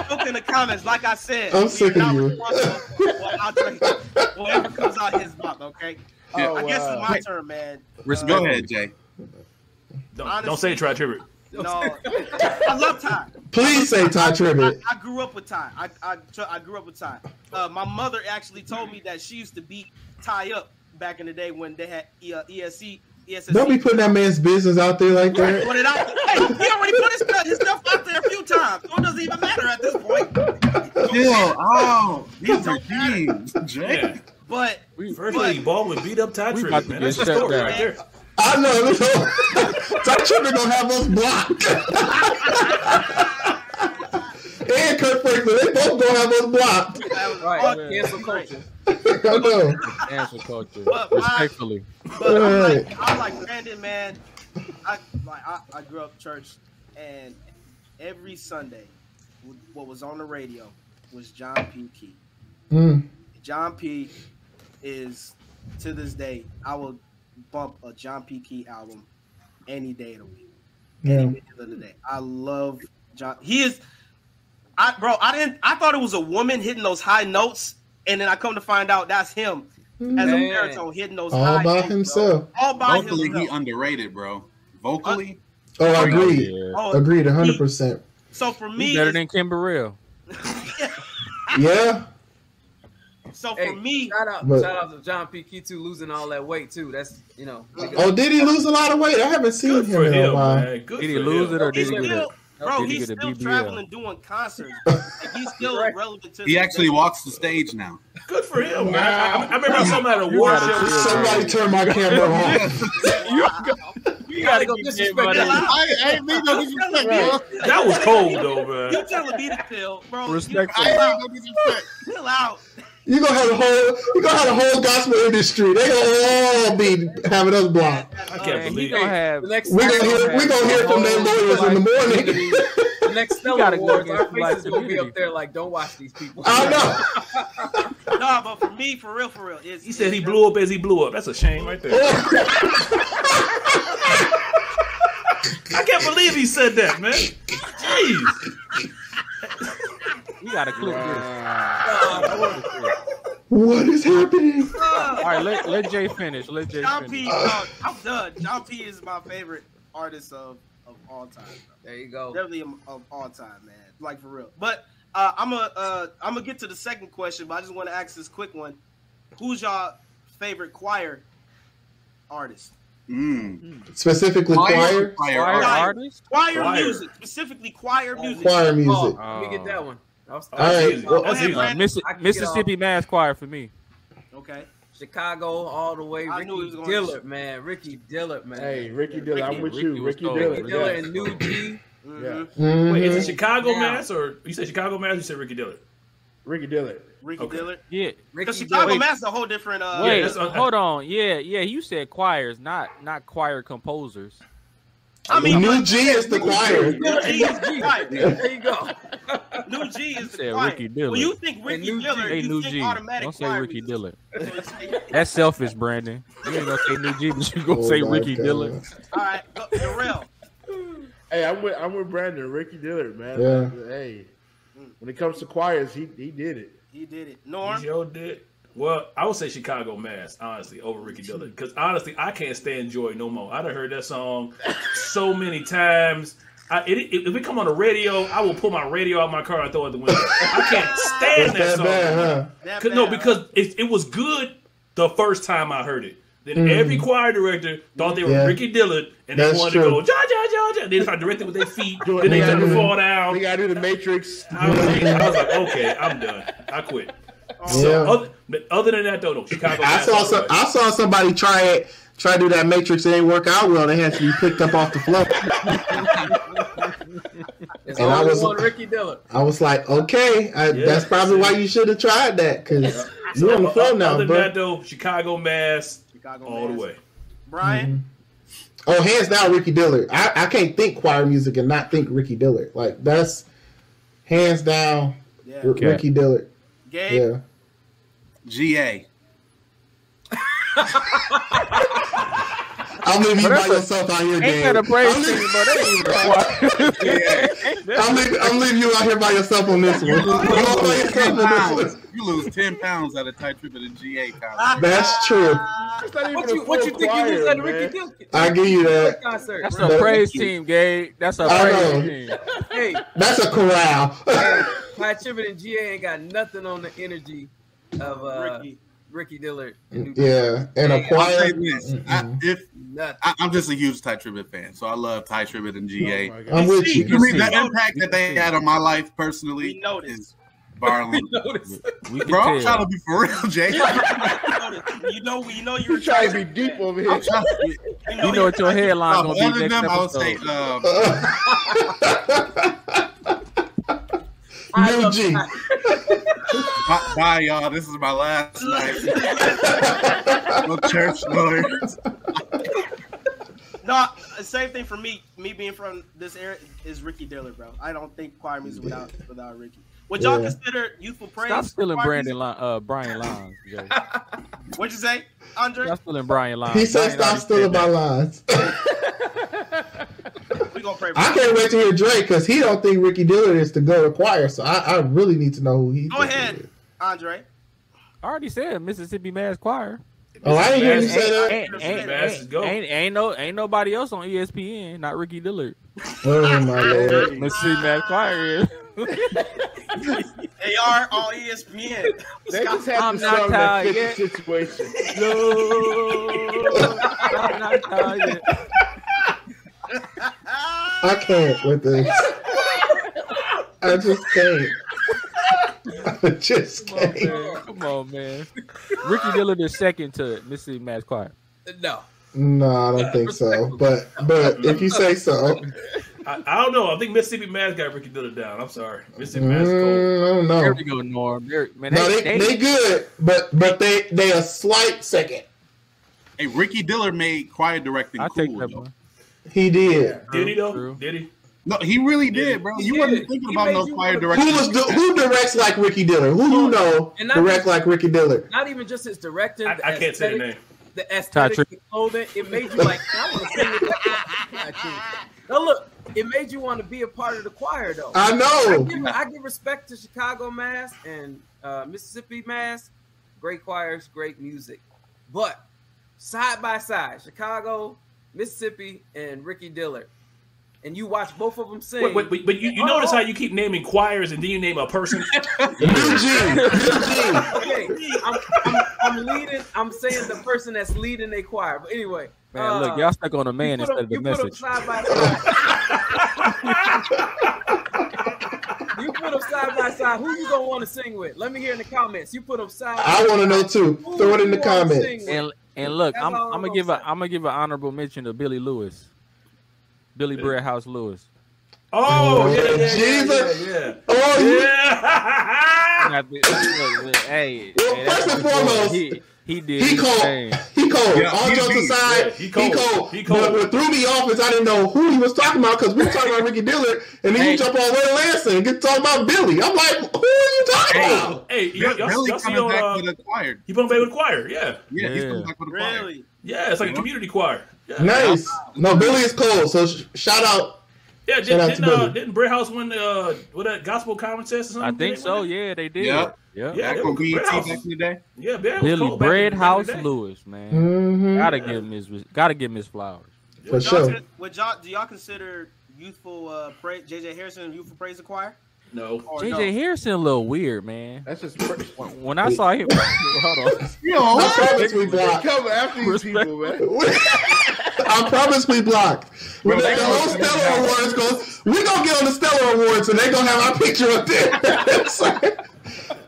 A: Look in the comments, like I said.
B: I'm sick
A: we are
B: of you.
A: not responsible for what Andre- Whatever comes out his mouth, okay?
E: Oh,
A: I guess
E: wow.
A: it's my turn, man. Uh,
C: Respect.
F: Go ahead, Jay.
D: Don't, don't say try tribute.
A: No, I love Ty.
B: Please say Ty Tribbett.
A: I, I grew up with Ty. I I, tr- I grew up with Ty. Uh, my mother actually told me that she used to beat Ty up back in the day when they had E- uh, ESC. ESSC.
B: Don't be putting that man's business out there like
A: Right,
B: that.
A: put it out. Hey, he already put his stuff, his stuff out there a few times, so it doesn't even matter at this point.
F: Chill out. These are
A: Don't matter.
F: kings, Jay.
D: Yeah.
A: But
C: We-
D: First Lady Baldwin beat up Ty
C: We
D: Tribbett,
C: about to
D: man.
C: get
D: That's the
C: shut
D: story
C: down.
D: right there.
B: I know. Ty Tribbett gonna have us blocked. and Kirk Franklin, they both gonna have us blocked.
A: that was
G: Right.
A: all-
G: Cancel culture.
B: I know.
C: Answer culture.
A: But my-
C: Respectfully.
A: But I'm
B: Right.
A: like, I'm like Brandon, man. I like I, I grew up church, and every Sunday, w- what was on the radio was John P. Key.
B: Mm.
A: John P. is to this day, I will bump a John P. Key album any day of the week,
B: Yeah.
A: any day of the day. I love John. He is, I bro. I didn't. I thought it was a woman hitting those high notes, and then I come to find out that's him as a
G: Man.
A: baritone hitting those
B: All
A: high
B: by
A: notes, bro.
B: himself.
A: All by
F: Vocally, he
A: himself.
F: underrated, bro. Vocally,
B: Oh, I agree.
C: Yeah.
A: Oh,
B: Agreed, hundred percent.
A: so for me,
C: He better than Kim Burrell.
B: Yeah.
A: so for
G: Hey,
A: me,
G: shout out,
B: But-
G: shout out to John P. Key too, losing all that weight too. That's you know.
B: Oh, did he lose a lot of weight? I haven't seen
D: Good
B: him
D: for
B: in a
D: him,
B: while.
D: man. Good
C: Did he
D: for
C: lose
D: him.
C: it or
A: he's
C: did he get it?
A: still, bro,
C: Did he
A: he's
C: get a
A: still
C: BBL?
A: traveling doing concerts. Like, he's still
G: Right.
A: relevant to.
F: he
A: this
F: actually
A: day.
F: walks the stage now.
D: Good for him, man. I, I- I remember I saw him at a war
C: gotta
D: show.
C: chill,
B: Somebody
C: Right.
B: turn my camera on.
D: You
G: gotta
D: gotta
G: go
D: keep
G: disrespect
D: everybody-
G: that
A: line.
F: I ain't mean no disrespect, bro.
D: That was cold though,
A: You
D: man.
A: telling me to chill, bro?
C: Respect
A: You
F: I
A: chill
F: ain't
A: out.
F: mean no disrespect.
A: Chill out.
B: You gonna have a whole you gonna have a whole gospel industry. They gonna all be having us blocked.
D: I
A: Uh,
D: can't
C: Man, he
D: believe
C: gonna
D: it.
C: have
G: The next,
B: We gonna hear we gonna hear from their lawyers in the morning.
G: the next Stellar
C: gotta go
G: Awards,
C: against
G: our
C: the black
G: faces gonna be
C: community.
G: up there like, don't watch these people.
B: I know.
A: Nah, but for me, for real, for real, it's,
D: He said he blew up as he blew up. That's a shame right there.
B: Oh,
D: I can't believe he said that, man. Jeez.
C: We gotta clip this.
B: what is happening?
C: All right, let, let Jay finish. Let Jay
A: John P.
C: finish.
A: no, I'm done. John P. is my favorite artist of of all time. bro.
G: There you go.
A: Definitely of, of all time, man. Like for real. But uh, I'm a uh, I'm gonna get to the second question, but I just want to ask this quick one: Who's y'all favorite choir artist?
F: Mm.
B: Specifically choir?
F: Choir, choir,
C: Choir
F: art.
C: artist?
A: Choir,
D: Choir.
A: music, specifically choir music.
B: Choir music.
G: Oh, let me get that one. I was-
D: Oh, that's
B: right,
D: easy.
B: well-
D: That's
A: Go ahead,
D: easy.
A: Brandon.
C: Uh, Missi-
G: I can get
C: Mississippi Mass Choir for me.
A: Okay.
G: Chicago all the way.
A: I knew he
G: Ricky
A: was gonna-
G: Dillard, man. Ricky Dillard, man.
E: Hey, Ricky Dillard, I'm with
C: Ricky
E: you.
C: was
E: Ricky
C: cold.
E: Dillard.
G: Ricky Dillard
E: yeah.
G: and New G.
A: Mhm.
E: Yeah.
B: Mhm.
D: Wait, is it Chicago
G: Now.
D: Mass or you said Chicago Mass? You said Ricky Dillard.
E: Ricky Dillard.
A: Ricky
D: Okay.
A: Dillard.
C: Yeah.
G: Ricky
A: Because Chicago
G: Dillard.
A: Mass is a whole different. Uh,
C: Wait,
D: that's- uh,
C: hold on. Yeah, yeah. You said choirs, not not choir composers.
A: I mean,
B: New
A: but-
B: G is the choir.
A: New G is the choir.
G: There you go.
A: New G is the
C: Said
A: choir.
C: Ricky Dillard.
A: When you think Ricky
G: New G.
A: Dillard,
C: Hey,
A: you
C: New
A: think
C: G.
A: automatic
C: Don't say
A: choir
C: Ricky
A: music.
C: Dillard.
A: All
C: That's selfish, Brandon. You ain't gonna say New G, but you gonna
B: Oh
C: say
B: my
C: Ricky
B: God.
C: Dillard.
A: right, go, Darrell.
E: Hey, I'm with I'm with Brandon. Ricky Dillard, man.
B: Yeah.
E: Hey, when it comes to choirs, he he did it.
A: He did it. Norm.
D: Joe did. Well, I would say Chicago Mass, honestly, over Ricky Dillard. Because honestly, I can't stand Joy no more. I'd have heard that song so many times. I, it, it, if it come on the radio, I will pull my radio out of my car and throw it out the window. I can't stand
B: It's
D: that
B: that
D: song.
B: bad, huh?
A: That
D: Cause, no,
A: bad, huh?
D: because it, it was good the first time I heard it. Then every choir director thought they were
B: Hmm. Yeah.
D: Ricky Dillard, and they
B: That's
D: wanted
B: true.
D: to go ja ja ja ja. They started directing with their feet.
E: Do it.
D: then they got to
B: Mhm.
D: fall down.
E: We gotta do the Matrix.
D: I was, like, I was like, okay, I'm done. I quit. So
B: Yeah.
D: other, but other than that, though, no, Chicago.
B: I saw some, I saw somebody try it, try to do that matrix. It didn't work out well. They had to be picked up off the floor.
G: It's
B: And I
G: only
B: was-
G: one Ricky Dillard.
B: I was like, okay, I,
D: Yeah.
B: that's probably why you should have tried that because you're on the floor now,
D: uh, Other than
B: bro.
D: that, though, Chicago Mass
A: Chicago
D: all the
A: Bears.
D: way.
A: Brian,
B: Mm-hmm. Oh, hands down, Ricky Dillard. I, I can't think choir music and not think Ricky Dillard. Like that's hands down
A: yeah,
B: R-
C: Okay.
B: Ricky Dillard.
A: Gabe,
B: Yeah.
F: GA.
B: I'm leaving you by
C: that's a-
B: yourself out here,
C: Ain't
B: Gabe.
C: that a brave
B: I'm
C: team,
B: leaving,
C: bro? They ain't even required.
B: I'm, leaving, I'm leaving you out here by yourself on this one. You all by
F: Lose 10
B: yourself on this
F: pounds.
B: one.
F: You lose 10 pounds at a tight trip at a GA concert.
B: That's true.
E: It's not even
G: What
E: a
G: you what
E: full
G: you think you
E: choir,
G: was at
E: man.
G: Ricky Dillard?
B: I give you that.
G: Concert.
C: That's
G: bro.
C: a praise team, Gabe. That's a
B: I
C: praise
B: know.
C: team.
G: hey,
B: That's a corral.
G: Ty Tribbett and GA ain't got nothing on the energy of uh, Ricky.
A: Ricky,
G: Dillard.
B: yeah, and a
F: I'll
B: choir.
F: say this. I,
B: Mm-mm.
F: if
G: Nothing.
F: I, I'm just a huge Ty Tribbett fan, so I love Ty Tribbett and GA.
E: Oh my God.
B: I'm with
A: see,
B: you.
F: I
A: you
F: mean,
A: see.
F: the impact that they had on my life personally
A: We noticed.
F: is barely.
G: Notice.
C: We can
F: Bro, I'm
C: tell.
F: trying to be for real, Jay.
A: you know, we know you're
E: You trying to be deep over here.
F: I'm trying to be.
A: We
C: You know what your headline
F: Uh,
C: gonna
F: other
C: be
F: than
C: next
F: them, I would
C: episode.
F: say um,
G: I
B: New
G: love
B: G.
G: Ty.
F: bye, bye, y'all. This is my last night. Little church Lord.
A: No, same thing for me. Me being from this area is Ricky Dillard, bro. I don't think choir music without without Ricky. Would y'all
B: Yeah.
A: consider youthful praise?
C: Stop stealing
A: choir
C: Brandon, Lon- uh, Brian Lyons. Joe. Stop
A: music? What'd you say, Andre?
C: stealing Brian Lyons.
B: He said,
C: Brian
B: "Stop
C: already
B: stealing
C: said
B: my
C: that.
B: lines."
A: We gonna pray. For
B: I
A: you.
B: can't wait to hear Drake because he don't think Ricky Dillard is to go to choir. So I, I really need to know who he.
A: Go
B: thinks he
A: ahead,
B: is.
A: Andre.
C: I already said Mississippi Mass Choir.
B: Oh, I didn't hear you say that.
C: Ain't, ain't, ain't,
D: Mass is
C: ain't,
D: go.
C: ain't no ain't nobody else on E ESPN, not Ricky Dillard.
B: Oh my lord!
C: Mississippi Mass Choir is.
A: They are all E ESPN.
E: They just
A: Scott-
E: had
C: I'm
E: the
C: not
E: song that
C: tired
E: fits the situation.
C: no, I'm not tired.
B: I can't with this. I just can't. I just
C: Come on,
B: can't.
C: man. Come on, man. Ricky Dillard is second to Mississippi Mass Choir.
G: No.
B: No, I don't think so. But but if you say so,
D: I, I don't know. I think Mississippi Mass got Ricky Dillard down. I'm sorry, Mississippi Mass. Cold.
B: mm, I don't know.
C: There we go, Norm. There, man,
B: No,
C: they,
B: they, they good, but but they they a slight second.
F: Hey, Ricky Dillard made choir directing
C: I
F: cool.
C: take that
F: though.
C: one.
B: He did.
D: Did he though?
C: True.
D: Did he?
F: No, he really
D: He
F: did, bro.
G: He
F: You
G: did.
F: wasn't thinking
G: He
F: about
G: made
F: no
G: you
F: choir
G: wanna-
F: directing.
B: Who was the, who directs like Ricky Dillard? Who you know
G: And I-
B: direct like Ricky Dillard?
G: Not even just his director.
D: I,
G: the
D: I can't say the name.
G: aesthetic- The aesthetic, the clothing. It made you like, I want to sing with that guy. Now look, it made you want to be a part of the choir though.
B: I
G: I
B: know.
G: give, I give respect to Chicago Mass and uh, Mississippi Mass. Great choirs, great music. But side by side, Chicago, Mississippi, and Ricky Dillard. And you watch both of them sing.
D: Wait, wait, wait, but you, you
G: Oh,
D: notice
G: oh.
D: how you keep naming choirs and then you name a person.
G: Okay, I'm, I'm, I'm leading. I'm saying the person that's leading a choir. But anyway,
C: Man,
G: uh,
C: look, y'all stuck on a man
G: you
C: instead
G: put
C: of
G: them,
C: the
G: you put them
C: message.
G: side by side. you put them side by side. Who you gonna want to sing with? Let me hear in the comments. You put them side.
B: I want to know too.
G: Who
B: Throw it in the
G: you wanna
B: comments.
G: sing with?
C: And and look,
G: That's
C: I'm
G: all I'm
C: I'm gonna
G: gonna
C: give
G: say.
C: a I'm gonna give an honorable mention to Billy Lewis, Billy Breadhouse Lewis.
D: Oh, yeah, yeah, yeah,
B: Jesus.
D: yeah,
B: Oh,
D: yeah.
B: you-
D: yeah.
C: Look, look, hey,
B: Well,
C: hey, that's
B: first and
C: what he-
B: foremost,
C: he, he did.
B: he
C: his
B: cold.
C: thing.
B: He cold.
F: Yeah,
B: All
F: he
B: jokes
F: beat.
B: aside,
D: Yeah, he
B: he
D: cold.
B: cold.
D: He cold.
B: But what threw me off is I didn't know who he was talking about because we were talking about Ricky Dillard, and then
C: Hey.
B: you jump on Will Lanson and get talking about Billy. I'm like, who are you talking
D: Hey,
B: about?
D: hey, y'all,
F: Billy
D: y'all, y'all see
F: coming
D: on,
F: back
D: uh,
F: with a choir.
D: he put back with a choir. Yeah,
F: Yeah, he's
C: Yeah.
F: coming back with a choir.
A: Really?
D: yeah, it's like a community choir. Yeah,
B: Nice. No, Billy is cold. So sh- shout out.
D: yeah.
B: Shout out
D: Didn't
B: to
D: didn't, uh,
B: Billy.
D: didn't Bray House win the uh, what that gospel contest or something?
C: I think
D: Didn't they
C: so.
D: win it?
C: Yeah, they did.
F: Yeah.
D: Yeah,
C: Yeah.
F: back
D: that
F: on
D: was
F: BET
D: Breadhouse.
F: back in the day.
D: Yeah, Bear was
C: Billy
D: cold back in the- back in
C: Breadhouse
D: the day.
C: Lewis, man.
B: Mhm.
C: Gotta give him his gotta give him his flowers.
B: For
A: Would y'all
B: sure.
A: con- Would y'all do y'all consider youthful uh praise JJ Harrison and youthful praise the choir?
D: No.
C: JJ Harrison a little weird, man.
E: That's just come
C: When I saw him, hold on.
B: You know, I promise we blocked.
E: after these
C: Respect.
E: people, man.
B: I promise we blocked. When
F: they
B: the whole
F: gonna-
B: Stellar Awards goes, we're gonna get on the Stellar Awards and they're gonna have our picture up there. It's like,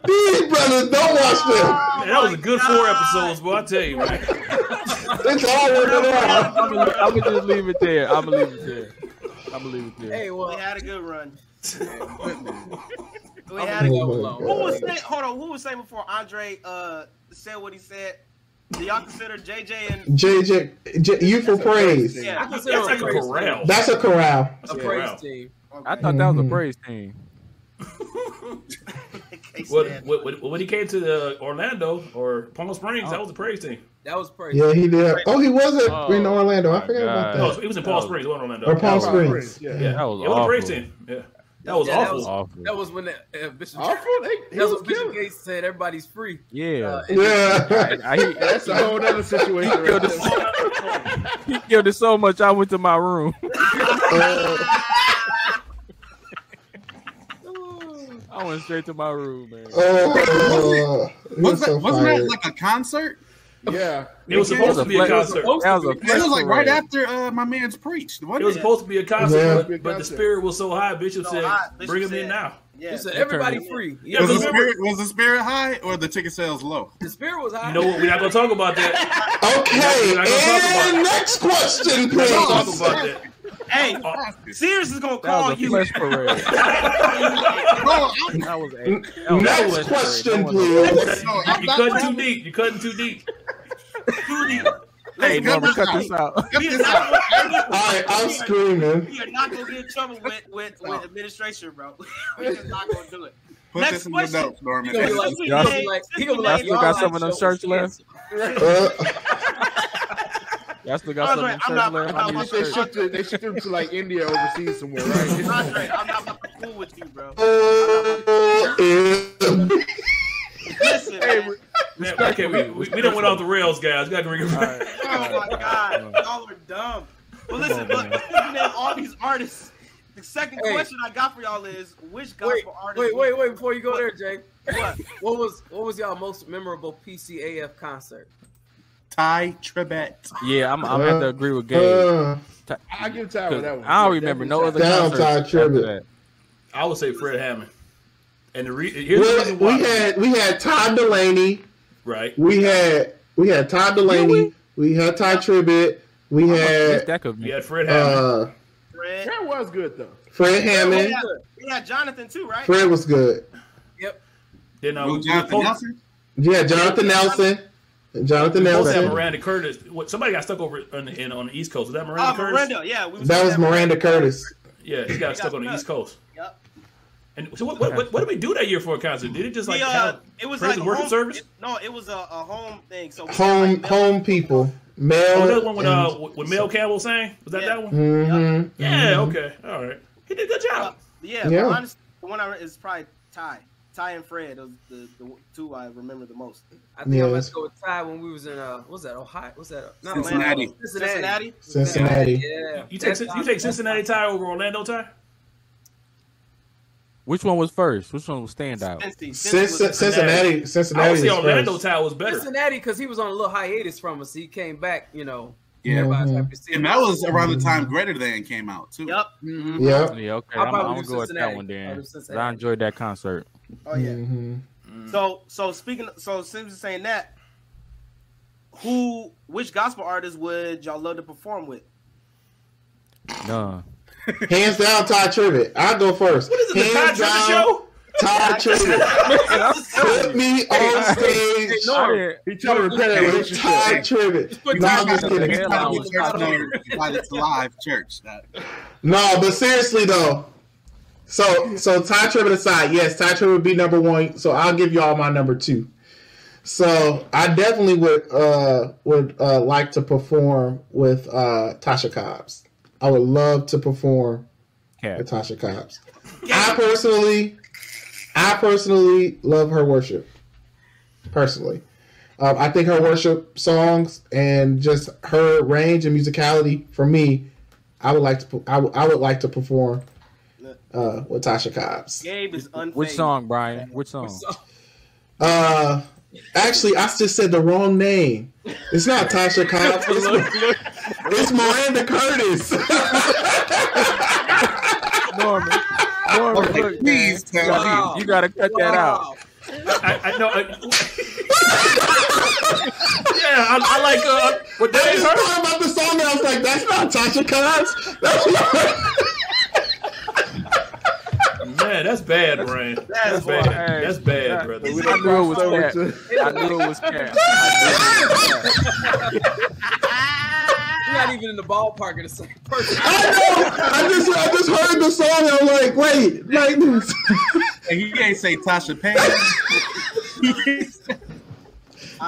B: These brothers don't watch them.
A: Oh
D: Man, that was a good four episodes, boy. I tell you, man.
B: It's all working out.
C: I'm gonna, I'm gonna just leave it there. I'm gonna leave it there. I'm gonna leave it there.
G: Hey,
A: We
G: well,
A: had a good run. we
G: I'm
A: had a
G: gonna
A: good.
G: go
B: Oh my
G: alone.
A: Who
B: God.
A: was saying? Hold on. Who was saying before Andre uh said what he said? Do y'all consider JJ and
B: JJ, J, you for praise.
A: yeah?
D: I can say That's like a corral.
B: That's a corral.
D: That's
G: a
D: a
G: praise
D: corral.
G: team.
C: I
A: Okay.
C: thought that was a
B: Mhm.
C: praise team.
A: Okay,
D: What,
A: Stan.
D: what, what, when he came to the Orlando or Palm Springs, that was a praise team.
G: That was praise.
B: Yeah, he did. Oh, he was at,
C: Oh,
B: in Orlando. I
C: my
B: forgot about
D: No,
C: God.
B: that.
D: it was in Palm
C: Oh.
D: Springs, it wasn't Orlando.
B: Or Palm
E: Yeah.
B: Springs.
E: Yeah.
D: Yeah,
C: That was
D: it was a praise
C: awful.
D: team. Yeah, that was
G: Yeah, that was-
D: awful.
C: Awful.
G: That was when the, uh, Bishop,
E: Awful. They, he
G: that was
E: was
G: when Bishop
E: killing. it.
G: Gates said everybody's free.
C: Yeah.
G: Uh, and
B: Yeah.
C: I, I,
E: Yeah, That's a whole other situation. Right there.
C: he killed it so much I went to my room.
B: Oh,
C: I went straight to my room, man.
B: Oh, he was
F: Wasn't,
B: oh, so
F: that, wasn't that
B: fired.
F: like a concert?
E: Yeah.
D: It was supposed to be a
C: It was
D: concert.
G: supposed
C: That
G: to
C: was a
G: be.
F: It was like right
C: parade.
F: after uh, my man's preached.
D: It was
F: wasn't
D: supposed to be a concert,
B: Yeah.
D: but-
E: Be a
D: but, the
E: concert.
D: spirit was so high. Bishop
A: So
D: said,
A: high, Bishop
D: "Bring him
A: said.
D: in now."
A: Yeah.
G: He said everybody
C: Turn it.
G: free.
D: Yeah,
F: Was
G: Yeah,
D: but
F: the,
G: the,
D: remember-
F: spirit, was the spirit high or the ticket sales low?
G: spirit was high.
D: You know what? We're not gonna talk about that.
B: Okay,
D: We're not gonna talk about
B: and
D: it.
B: next question,
D: We're not gonna talk
B: please.
D: about that.
A: Hey,
D: Uh,
F: Bro,
A: Sears is gonna
C: That
A: call
C: was a
A: you.
C: flesh parade.
F: I'm,
C: That was a. That was a
B: Next
C: flesh
B: question,
C: parade. No one-
B: please.
F: no, I'm
D: You
F: not
D: cutting too deep. You cutting too deep. Too deep.
C: Hey,
F: Hey,
C: mama,
F: cut this
C: cut this out.
F: cut
A: We are
F: this
A: not
F: out.
A: gonna-
B: All right, I'm screaming.
A: we are not gonna get in trouble with with, with administration, bro. We're just not gonna do it.
F: Put
A: Next
F: this in the
A: question.
F: notes, Norman.
G: He gonna be like, he gonna be like, he gonna be
A: Y'all
G: like,
A: still
G: y'all
A: got
G: like
C: some of them
G: show
C: shirts left?
G: expensive.
B: Uh,
C: Y'all still got
A: Andre,
C: something
A: I'm
C: church
A: not-
C: left?
A: I'm
C: I
E: I
A: not-
C: need a
E: think they
C: shirt.
E: shipped it. They
B: Uh,
E: shipped him to like India overseas somewhere, right?
A: Andre, I'm not fucking cool with you, bro.
B: uh, yeah.
A: Listen,
C: Hey,
A: man.
D: Man, okay, we, we, we done went off the rails, guys. We got to bring it
C: All
D: back.
C: right.
A: oh my god, y'all are dumb. But listen,
C: Come on,
A: but you name all these artists. The second
G: Hey.
A: question I got for y'all is which gospel
G: Wait,
A: artist?
G: wait, wait, wait! Before you go there, Jake,
A: What?
G: what was what was y'all most memorable PCAF concert?
F: Ty Trebet.
C: Yeah, I'm, I'm gonna have to agree with Gabe.
B: Uh,
E: I give time with that one.
C: I don't remember no other
B: Down
C: concert.
B: Todd
C: after
B: Tribbett.
C: that.
D: I would say Fred Hammond. And the re- here's the
B: well,
D: reason why.
B: we had we had Todd Delaney.
D: right.
B: We had we had Todd Delaney. We had Ty Tribbett. We
C: I think
B: had
C: That could
D: We
C: be.
D: had Fred Hammond.
B: uh,
A: Fred.
E: That was good though.
B: Fred Hammond.
A: Yeah, we had Jonathan too, right?
B: Fred was good.
D: then uh,
F: Lou
D: we,
F: Jonathan
D: we both,
F: Nelson.
B: Yeah, Jonathan Nelson.
D: we
B: Jonathan
D: both had
B: Nelson.
D: Miranda Curtis. What, somebody got stuck over on the, in, on the East Coast. Was that Ah, Miranda
A: Oh,
D: Curtis?
A: Miranda. Yeah, we
B: That was Miranda Curtis.
D: Yeah, she got stuck
A: got
D: on the
A: stuck.
D: East Coast.
A: Yep.
D: And so what, what, what, what did we do that year for a concert? Did it just like
A: we, uh,
D: have
A: it was
D: praise
A: like
D: and worship
A: home-
D: service?
A: no, it was a, a home thing. So we had,
B: Home
A: like,
B: home people. Mel.
D: Oh, that one with
B: and-
D: uh with Mel Campbell sang? Was that
A: Yeah.
D: that one?
B: Mhm.
D: Yeah, okay. All right. He did a good
A: Uh,
D: job.
A: yeah,
B: Yeah.
A: But honestly, the one I re- is probably Ty. Ty and Fred are the, the two I remember the most.
G: I think
B: Yeah,
G: I'm gonna
B: that's-
G: go with Ty when we was in uh, what was that Ohio? What's that? Not
F: Cincinnati.
G: Ohio, Cincinnati.
A: Cincinnati.
B: Cincinnati.
G: Yeah,
D: You take
G: That's-
D: you take Cincinnati tie over Orlando tie?
C: Which one was first? Which one was standout?
A: Cincy.
B: Cin-
A: Cincy was-
B: Cincinnati.
D: I
B: Cincinnati.
D: would say
B: was
D: Orlando
B: first.
D: tie was better.
G: Cincinnati because he was on a little hiatus from us. He came back, you know.
F: Yeah.
G: everybody's
B: Mhm.
G: happy to see him.
F: And that was around the time Greater Than came out, too.
A: Yep.
G: Mhm.
B: Yep.
C: Yeah, okay.
G: I'll
C: I'm,
G: probably
C: I'm gonna
G: do
C: go with that
G: Cincinnati.
C: one
G: I'll
C: then.
G: do
C: 'cause I
G: Cincinnati.
C: enjoyed that concert.
A: Oh yeah.
B: Mhm.
A: So so speaking so since you're saying that, who which gospel artist would y'all love to perform with?
C: No,
B: Hands down, Ty Tribbett. I'll go first.
D: What is it, the Ty
B: Hands down,
D: Tribbett show?
B: Ty Tribbett. Put me on stage
E: He tried to repair that
B: with
E: relationship.
B: Ty Tribbett. No, I'm just
F: It's
B: kidding.
F: gotta be
C: was
F: church known by this live church. That-
B: No, but seriously though. So so Ty Tribbett aside, yes, Ty Tribbett would be number one. So I'll give y'all my number two. So I definitely would uh would uh like to perform with uh Tasha Cobbs. I would love to perform
C: Cap.
B: with Tasha Cobbs. I personally I personally love her worship. Personally. Um, I think her worship songs and just her range and musicality for me I would like to. I would, I would like to perform uh, with Tasha Cobbs.
A: Gabe is unfazed.
C: Which song, Brian? Which song?
B: Uh, actually, I just said the wrong name. It's not Tasha Cobbs. It's, it's Miranda Curtis.
C: Norman. Norman,
F: Okay,
C: look,
F: please
C: man. You
F: tell
C: gotta-
G: me.
C: You gotta cut that out.
G: Wow.
D: I, I know. I, yeah, I, I like. Uh, what
B: I
D: that
B: just
D: is her.
B: thought about the song and I was like, that's not Tasha Cobbs. That's
D: Man, that's bad, Brian. That's,
A: That's
D: bad.
A: why.
C: Hey,
D: that's bad,
C: that-
D: brother.
C: I knew it was cat. I knew it was cat. I knew it was cat.
G: You're not even in the ballpark of the same person.
B: I know. I just I just heard the song and I'm like, wait, like this.
F: And you ain't say Tasha Payne.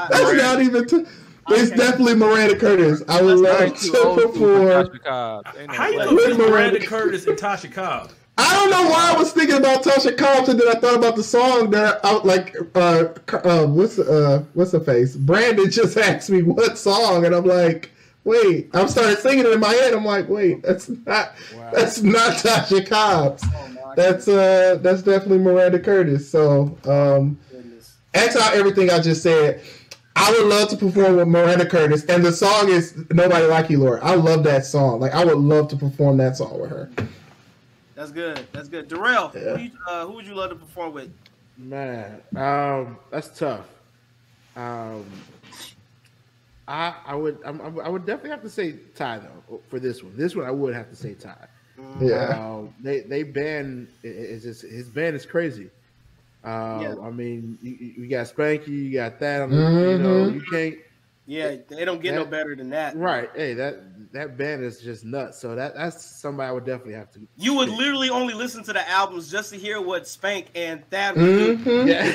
B: That's not even. T- it's
A: Okay.
B: definitely Miranda Curtis. I would love
C: Ain't
B: to
C: too old school for
B: perform.
C: Tasha Cobbs. Ain't no
D: How you
C: way.
D: gonna beat Miranda Curtis and Tasha Cobb?
B: I don't know why I was thinking about Tasha Cobbs and then I thought about the song that I like. Uh, uh, what's uh, what's the face? Brandon just asked me what song, and I'm like, wait. I'm started singing it in my head. I'm like, wait, that's not that's not Tasha Cobbs. That's uh, that's definitely Miranda Curtis. So um, X out everything I just said. I would love to perform with Miranda Curtis, and the song is "Nobody Like You, Lord." I love that song. Like I would love to perform that song with her.
A: That's good. That's good. Darrell,
B: Yeah.
A: who, you, uh, who would you love to perform with?
E: Man, um, that's tough. Um, I I would I'm, I'm- I would definitely have to say Ty though for this one. This one I would have to say Ty.
B: Yeah,
E: Um, they they ban i- i- is just his ban is crazy. Uh,
A: Yeah.
E: I mean, you, you you got Spanky, you got that. I mean, You know,
B: Mhm.
E: you can't
A: Yeah, they don't get no
E: That-
A: better than that.
E: right. Hey, that that ban is just nuts. So that that's somebody I would definitely have to.
A: You would literally only listen to the albums just to hear what Spank and Thad would do.
B: hmm
E: Yeah,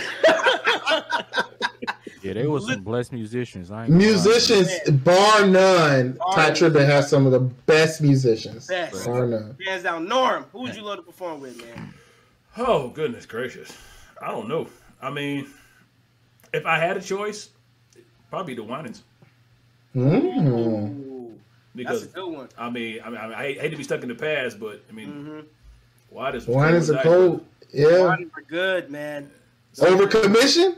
C: Yeah, they was some blessed musicians. I ain't gonna lie.
B: musicians bar none.
A: Bar
B: Ty
A: none.
B: Tribbett has some of the best musicians.
A: Best.
B: Bar none.
A: Hands down, Norm. Who would you love to perform with, man?
D: Oh goodness gracious! I don't know. I mean, if I had a choice, probably the Winans
B: Mm.
A: Ooh, that's a
D: because
A: good one.
D: I mean, I mean, I hate- hate to be stuck in the past, but I mean,
A: Mm-hmm.
D: why does
B: Wine is a
D: Dice-
B: cold. Yeah,
A: We're good, man.
B: over commission.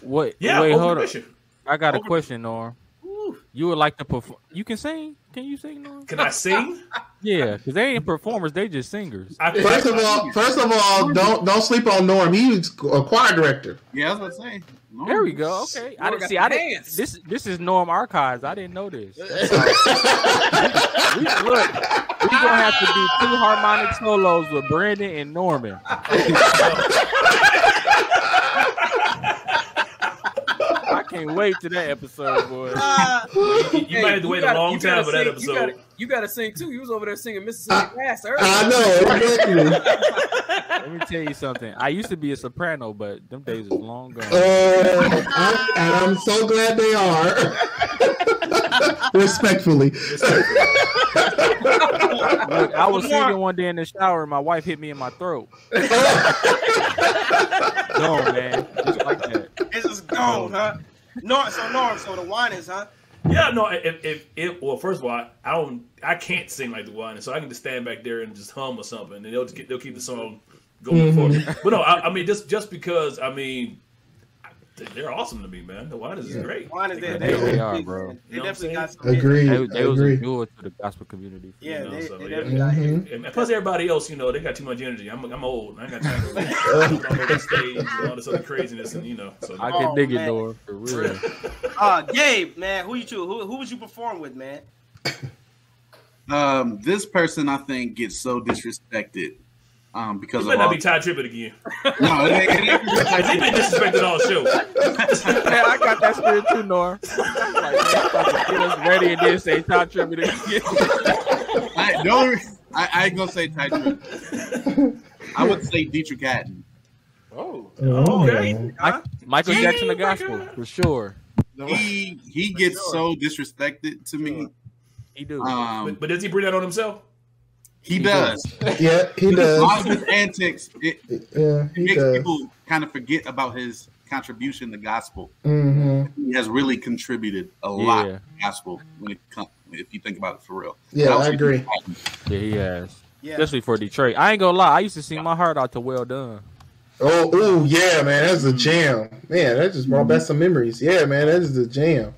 C: What?
D: Yeah,
C: Wait,
D: open
C: hold on.
D: mission.
C: I got a
D: Over-
C: question, Norm.
A: Ooh,
C: You would like to perform? You can sing? Can you sing, Norm?
D: Can I sing?
C: Yeah, because they ain't performers; they just singers.
D: I
B: First of all, first of all, don't don't sleep on Norm. He's a choir director.
F: yeah, that's what I'm saying. No.
C: There we go. Okay, I
G: Norm
C: didn't
G: got
C: see.
G: the
C: I didn't.
G: hands.
C: This this is Norm Archives. I didn't know this. We, look, we're gonna have to do two harmonic solos with Brandon and Norman. I can't wait to that episode, boy.
A: Ah,
D: you, you
G: Hey,
D: might have to
G: you
D: wait
G: gotta-
D: a long
G: you
D: time
G: gotta
D: for that
G: sing- You
D: episode.
G: gotta, you gotta sing too. You was over there singing Mississippi Grass earlier.
B: I know exactly.
C: Let me tell you something. I used to be a soprano, but them days is long gone.
B: Uh, I'm- and I'm so glad they are. Respectfully.
C: Look, I was singing one day in the shower, and my wife hit me in my throat. no, man, just like that.
A: it's just gone, huh? Norm, so Norm, so the wine is, huh?
D: Yeah, no. If if if well, first of all, I, I don't, I can't sing like the one, so I can just stand back there and just hum or something, and they'll just get, they'll keep the song
G: Mm-hmm.
D: going for me. But no, I, I mean just just because I mean I- they're awesome to me, man. The wine is great.
A: Wine is there.
D: Like,
A: They,
C: Yeah, they
A: they
C: are,
A: are,
C: bro.
A: They
D: You know what I'm
A: definitely got some. hits.
B: Agree.
C: They, they was a
B: Agree.
C: jewel to the gospel community. For
A: Yeah,
D: You know,
A: they,
D: so,
A: they
D: yeah.
A: definitely got
B: Mm-hmm.
A: hits.
D: And plus, everybody else, you know, they got too much energy. I'm I'm old. and I ain't got time for that. I'm on the stage and all this other craziness, and you know. So
C: I
A: Oh,
C: can dig it,
A: man.
C: Norm, for real.
A: Uh, Gabe, man, who you choose? Who, who would you perform with, man?
F: Um, this person I think gets so disrespected um,
D: it
F: because
D: better
F: of
D: not
F: all.
D: be Ty Trippett again.
F: no, it ain't, it ain't disrespected.
D: He's been disrespected all show.
C: Man, I got that spirit too, Norm. I was like, man, I'm about to get us ready and then say top tripping
F: I don't. I, I ain't gonna say Ty Tribbett. I would say Dietrich Hatton.
E: Oh,
D: Okay.
A: Huh?
C: Michael
D: Yeah,
C: Jackson, the
D: my
C: gospel,
D: God.
C: for sure.
E: no.
F: He he gets so disrespected to me.
C: He do.
F: Um,
D: But, but does he bring that on himself?
F: he does.
B: Yeah, he
F: A lot of
B: does.
F: his antics it,
B: Yeah,
F: it
B: he
F: makes
B: does.
F: people kind of forget about his contribution to gospel.
B: hmm
F: He has really contributed a lot
C: yeah,
F: to gospel when it comes. If you think about it for real,
B: Yeah,
F: That was-
B: I agree.
C: yeah, he has.
A: Yeah.
C: especially for Detroit. I ain't gonna lie, I used to sing my heart out to "Well Done."
B: Oh, ooh, yeah, man, that's a jam. Man, that just brought back some memories. Yeah, man, that is a jam.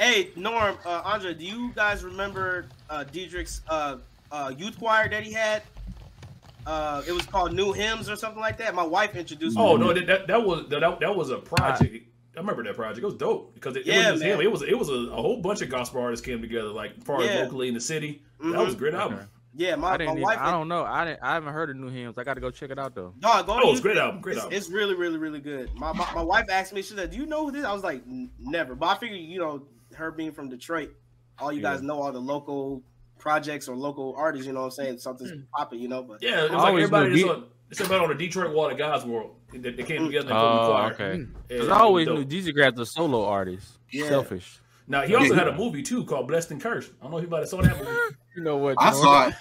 A: Hey, Norm, uh, Andre, do you guys remember uh, Diedrich's uh, uh, youth choir that he had? Uh, it was called New Hymns or something like that. My wife introduced me.
D: Oh
A: to
D: no,
A: it.
D: that- that that was that, that was a project. I remember that project. It was dope because it,
A: Yeah,
D: it was just
A: man.
D: him. It was it was a, a whole bunch of gospel artists came together, like as far
A: Yeah.
D: as locally in the city. That
A: Mhm.
D: was a great album.
C: Okay.
A: Yeah, my,
C: I
A: my
C: didn't. Even,
A: wife.
C: I don't know. I didn't. I haven't heard of new hymns. I got to go check it out though.
A: No, go to
D: Oh, it's a
A: YouTube.
D: great album, great
A: it's,
D: album.
A: it's really, really, really good. My, my my wife asked me, she said, "Do you know who this?" I was like, "N- "Never," but I figured, you know, her being from Detroit, all you
C: Yeah.
A: guys know all the local projects or local artists. You know what I'm saying? Something's popping, you know. But
D: Hmm. Yeah, it was
C: I
D: like
C: always
D: everybody
C: knew
D: just
C: Dee-
D: on, it's everybody on the Detroit Wall of God's World. They, they came together and formed a
C: Oh,
D: choir.
C: okay.
D: Yeah,
C: 'Cause
D: it
C: I
D: was
C: always
D: dope.
C: knew DJ Grab's a solo artist.
A: Yeah.
C: Selfish.
D: Now he also had a movie too called Blessed and Cursed. I don't know if anybody saw that movie.
C: You know what?
F: I saw it.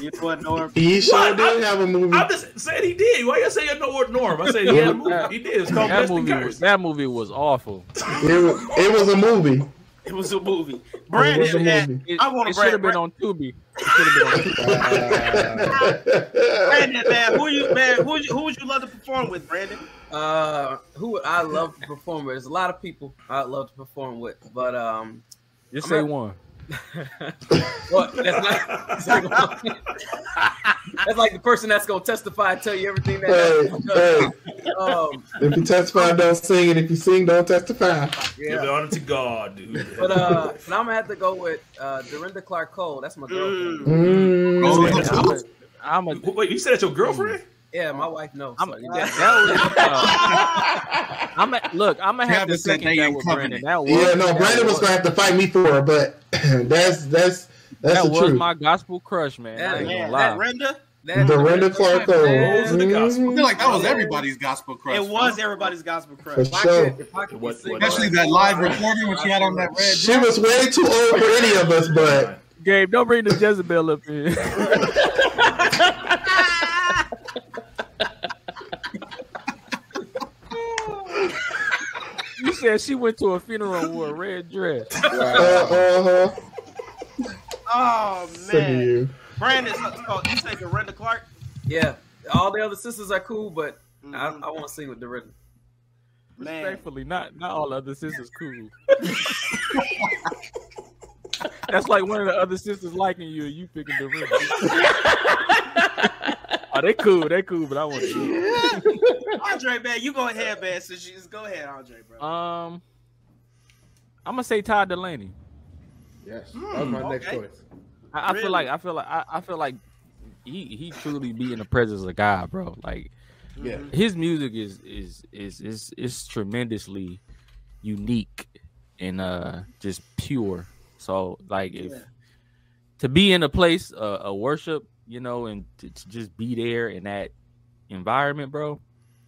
A: you know what, Norm?
B: He sure
D: What?
B: did have a movie.
D: I just said he did. Why you say you know what Norm? I said he had a movie. He did. It's called
C: That
D: Blessed and
C: movie was
D: Cursed.
C: that movie was awful.
B: It was, it was a movie.
A: It was a movie.
B: It was a
A: Brandon had
B: movie.
C: It,
A: I wanna
C: it should have
A: brag-
C: been on Tubi. It should have been on Tubi.
A: Brandon, man, who you man, who you, who would you love to perform with, Brandon?
G: Uh, who would I love to perform with? There's a lot of people I'd love to perform with, but um,
C: Just
G: I'm
C: say
G: not-
C: one.
G: what? That's not. That's, like, that's like the person that's gonna testify and tell you everything
B: hey,
G: that.
B: hey,
G: um,
B: if you testify, don't sing, and if you sing, don't testify.
D: Give
G: yeah.
D: the honor to God, dude.
G: But uh, but I'm gonna have to go with uh, Dorinda Clark Cole. That's my girlfriend.
A: Mm.
B: Mm.
F: Oh, that's
C: I'm a,
F: cool.
C: I'm a
D: wait, you said that's your girlfriend?
G: Yeah, my wife knows.
C: I'm a,
G: so-
C: that, that was, uh, I'm a, look. I'm gonna have to
F: Travis said
C: second
F: they
C: that
F: in
C: with Brandon.
F: covenant.
C: That was
B: Yeah, no,
C: that
B: Brandon was gonna have to fight me for it, but that's that's that's
C: that
B: the
C: was
B: truth.
C: my gospel crush, man. I
A: Man,
C: ain't gonna
A: that
C: lie.
A: Brenda,
G: that-
B: Dorinda Clark Cole. Mm-hmm.
G: Man,
D: Rose of the
F: I
D: Gospel.
F: feel like that was everybody's gospel crush.
A: it was everybody's gospel
B: For
A: crush.
G: if I
B: sure.
G: could- if I could
D: What-
G: sing-
D: what-
F: Especially that live recording when she had on that red.
B: She was way too old for any of us, but
C: Gabe, don't bring the Jezebel up here. you said she went to a funeral and wore a red dress.
B: uh, uh huh.
A: Oh
B: Sick of
A: man,
B: you.
A: Brandon, so, so you say Dorinda Clark?
G: Yeah, all the other sisters are cool, but I,
A: Mhm.
G: I want to sing with Dorinda.
A: Man,
C: Thankfully, not not all other sisters cool. That's like one of the other sisters liking you and you picking the ring. oh, they cool, they cool, but I want you.
A: Andre, man, you go ahead, man. Since you just go ahead, Andre, bro.
E: Uh,
C: Um, I'm gonna say Todd Delaney.
E: Yes, that was my next
A: Hmm, okay.
E: choice.
C: I, I
A: Really?
C: feel like I feel like I, I feel like he he truly be in the presence of God, bro. Like
A: Mm-hmm.
E: Yeah.
C: his music is is is is is tremendously unique and uh just pure. So like if
A: Yeah.
C: to be in a place uh, a worship, you know, and to, to just be there in that environment, bro.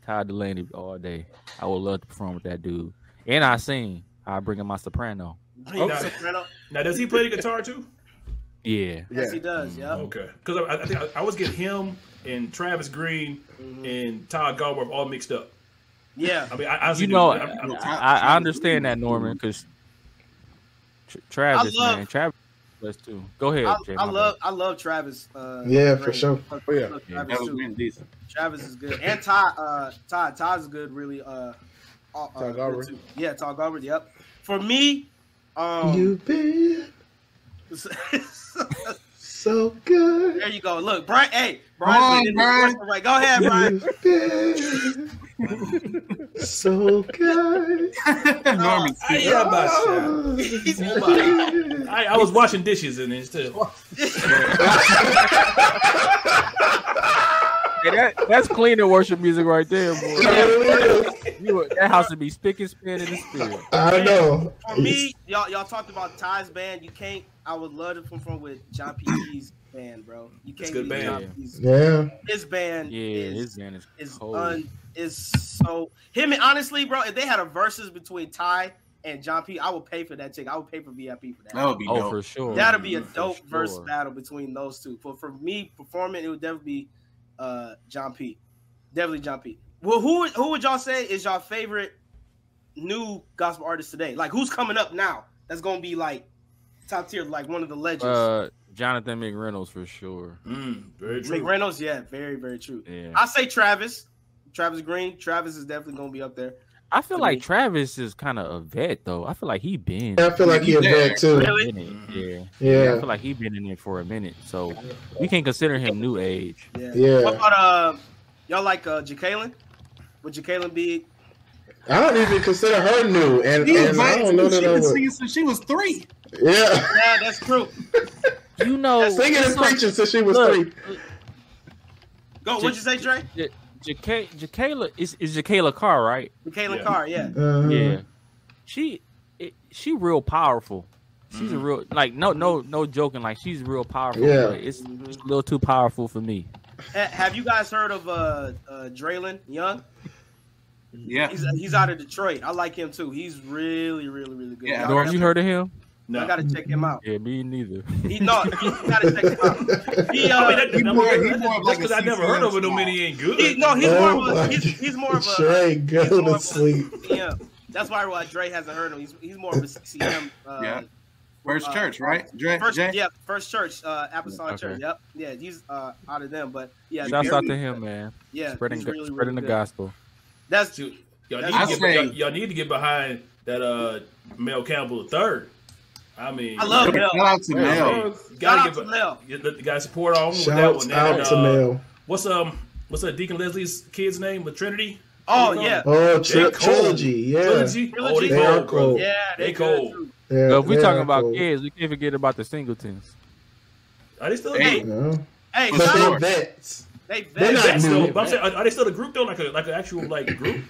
C: Todd Delaney all day. I would love to perform with that dude. And I sing. I bring in my soprano.
A: Bring the
D: Okay.
A: soprano.
D: Now does he play the guitar too?
C: Yeah.
A: Yes, he
E: Yeah.
A: does. Yeah.
D: Okay, because I, I, think I, I was getting him and Travis Green and Todd Galbraith all mixed up.
A: Mm-hmm. Yeah.
D: I mean, I, I
C: you know, I,
D: I, I,
C: I, I understand that Norman because Travis,
A: I love-
C: man, Travis was too. Go ahead,
A: I,
C: Jay,
A: I
C: my
A: love I love Travis. Uh,
B: Yeah, for
A: Green.
B: sure.
A: Fuck-
E: Oh, yeah.
A: fuck
F: That
A: Travis,
F: was
A: too.
F: been decent.
A: Travis is good, and Todd. Uh, Todd. Todd's good, really. Uh, uh, uh, good,
E: Galbraith.
A: too. Yeah, Todd Galbraith. Yep. For me, um,
B: you been so good.
A: there you go. Look, Brian. Hey,
F: Come on,
A: Brian.
F: Brian.
A: Right. Go ahead, Brian.
B: You've been so good.
F: Norman,
D: I, yeah, about shit.
A: He's-
D: I, I was washing dishes and then still.
C: bad. Hey, that, that's cleaner worship music right there, boy. You would- that house would be spick and span in the spirit.
B: I know.
A: For me, y'all y'all talked about Ty's band. You can't. I would love to perform with John P. Keys' band, bro. You
D: It's
A: can't.
D: good
A: beat
D: band.
A: John P's-
B: Yeah.
A: His band.
C: Yeah,
A: is-
C: his band is,
A: is
C: cold.
A: un is so him and honestly, bro. If they had a versus between Ty and John P, I would pay for that chick. I would pay for VIP for that.
F: that would be
C: oh,
F: dope.
C: for sure.
A: That'll be a
C: For
A: dope verse
C: sure.
A: battle between those two. But for me, performing, it would definitely be uh John P. Definitely John P. Well, who who would y'all say is y'all favorite new gospel artist today? Like who's coming up now that's gonna be like top tier, like one of the legends?
C: Uh, Jonathan McReynolds for sure.
D: Mm, very true.
A: McReynolds, yeah, very, very true.
C: Yeah.
A: I say Travis. Travis Green. Travis is definitely gonna be up there.
C: I feel like Travis is kind of a vet though. I feel like he been
B: I feel like he a vet too.
A: Really? Mm-hmm.
C: in it. Yeah. I
B: Yeah,
C: feel like he been in it for a minute. So we can consider him new age.
A: Yeah.
B: Yeah.
A: What about uh y'all like uh Jacalen? Would Jacalen be
B: I don't even consider her new, and, and I don't know
F: she
B: that I
F: been
B: would.
F: singing since she was three.
B: Yeah,
A: Yeah, that's true.
C: You know,
B: singing and preaching since she was
C: Look.
B: three.
A: Go, what'd you say, Dre?
C: Ja'Kay- Ja'Kayla is is Ja'Kayla Carr, right?
A: Jacalen
D: Yeah.
A: Carr, yeah.
B: Uh,
C: Yeah. Mm-hmm. She it, she real powerful. She's a real like no no no joking like she's real powerful.
B: Mm. Yeah.
C: but It's
A: Mm-hmm.
C: just a little too powerful for me.
A: Ha- Have you guys heard of uh, uh Draylen Young?
F: Yeah.
A: He's uh, he's out of Detroit. I like him too. He's really, really, really good.
F: Yeah,
A: Y'all
C: Dora,
A: gotta-
C: you heard of him?
A: y'all
D: No.
A: gotta check him out.
C: Yeah, me neither.
A: He no, you gotta check him out. He, uh,
D: I mean, that,
F: He
D: I mean,
F: more- he
D: that's-
F: more of
D: that's
F: like a
D: 'cause I never heard of it. No
F: CCM
D: many ain't good.
A: he, no, he's
B: Oh
A: more of a
B: my
A: he's, he's more of a
B: Trey,
A: he's more
B: go
A: of
B: to
A: a-
B: sleep.
A: Yeah, that's why why Dre hasn't heard him. He's, he's more of a CCM. Uh,
F: Yeah. First
A: uh,
F: church, right? Dre,
A: First,
F: Jay?
A: yeah, first church, uh, apostolic
C: Okay.
A: church. Yep, yeah, he's uh, out of them, but yeah,
C: Shouts out
A: very-
C: to him, man.
A: Yeah,
C: spreading
A: he's
C: go-
A: really,
C: spreading
A: really
C: the
A: good.
C: gospel.
A: That's
D: Shoot, Y'all
A: I
D: need, to get,
F: say-
D: y'all, y'all need to get behind that uh Mel Campbell third. I mean,
A: I love Mel.
F: Shout out to Mel.
A: Shout
D: gotta
A: out
D: give
A: to Mel.
D: You got to support all with that
B: Shouts
D: one.
B: out
D: and,
B: to
D: uh,
B: Mel.
D: What's um what's that Deacon Leslie's kid's name? With Trinity?
A: Oh
D: What's
A: yeah,
D: up?
B: Oh,
D: J.
B: tri-
D: Cole.
B: trilogy, yeah,
D: Trilogy? Oh,
A: Trilogy.
D: they
B: They are
D: cold, bro.
B: cold.
A: yeah, they
D: They
A: good.
D: cold.
A: too.
B: yeah.
C: But if we
B: they
C: talking
B: are
C: about
B: cool.
C: kids, we can't forget about the singletons.
D: Are they still a
F: Hey.
D: group?
B: Yeah.
A: Hey,
F: But
B: But
A: shout
F: they-
A: out,
B: they're
F: sure.
B: vets.
A: they
B: they're
A: vets.
B: not
D: That's still,
B: new.
D: but I'm saying, are, are they still a group though? Like a like an actual like group?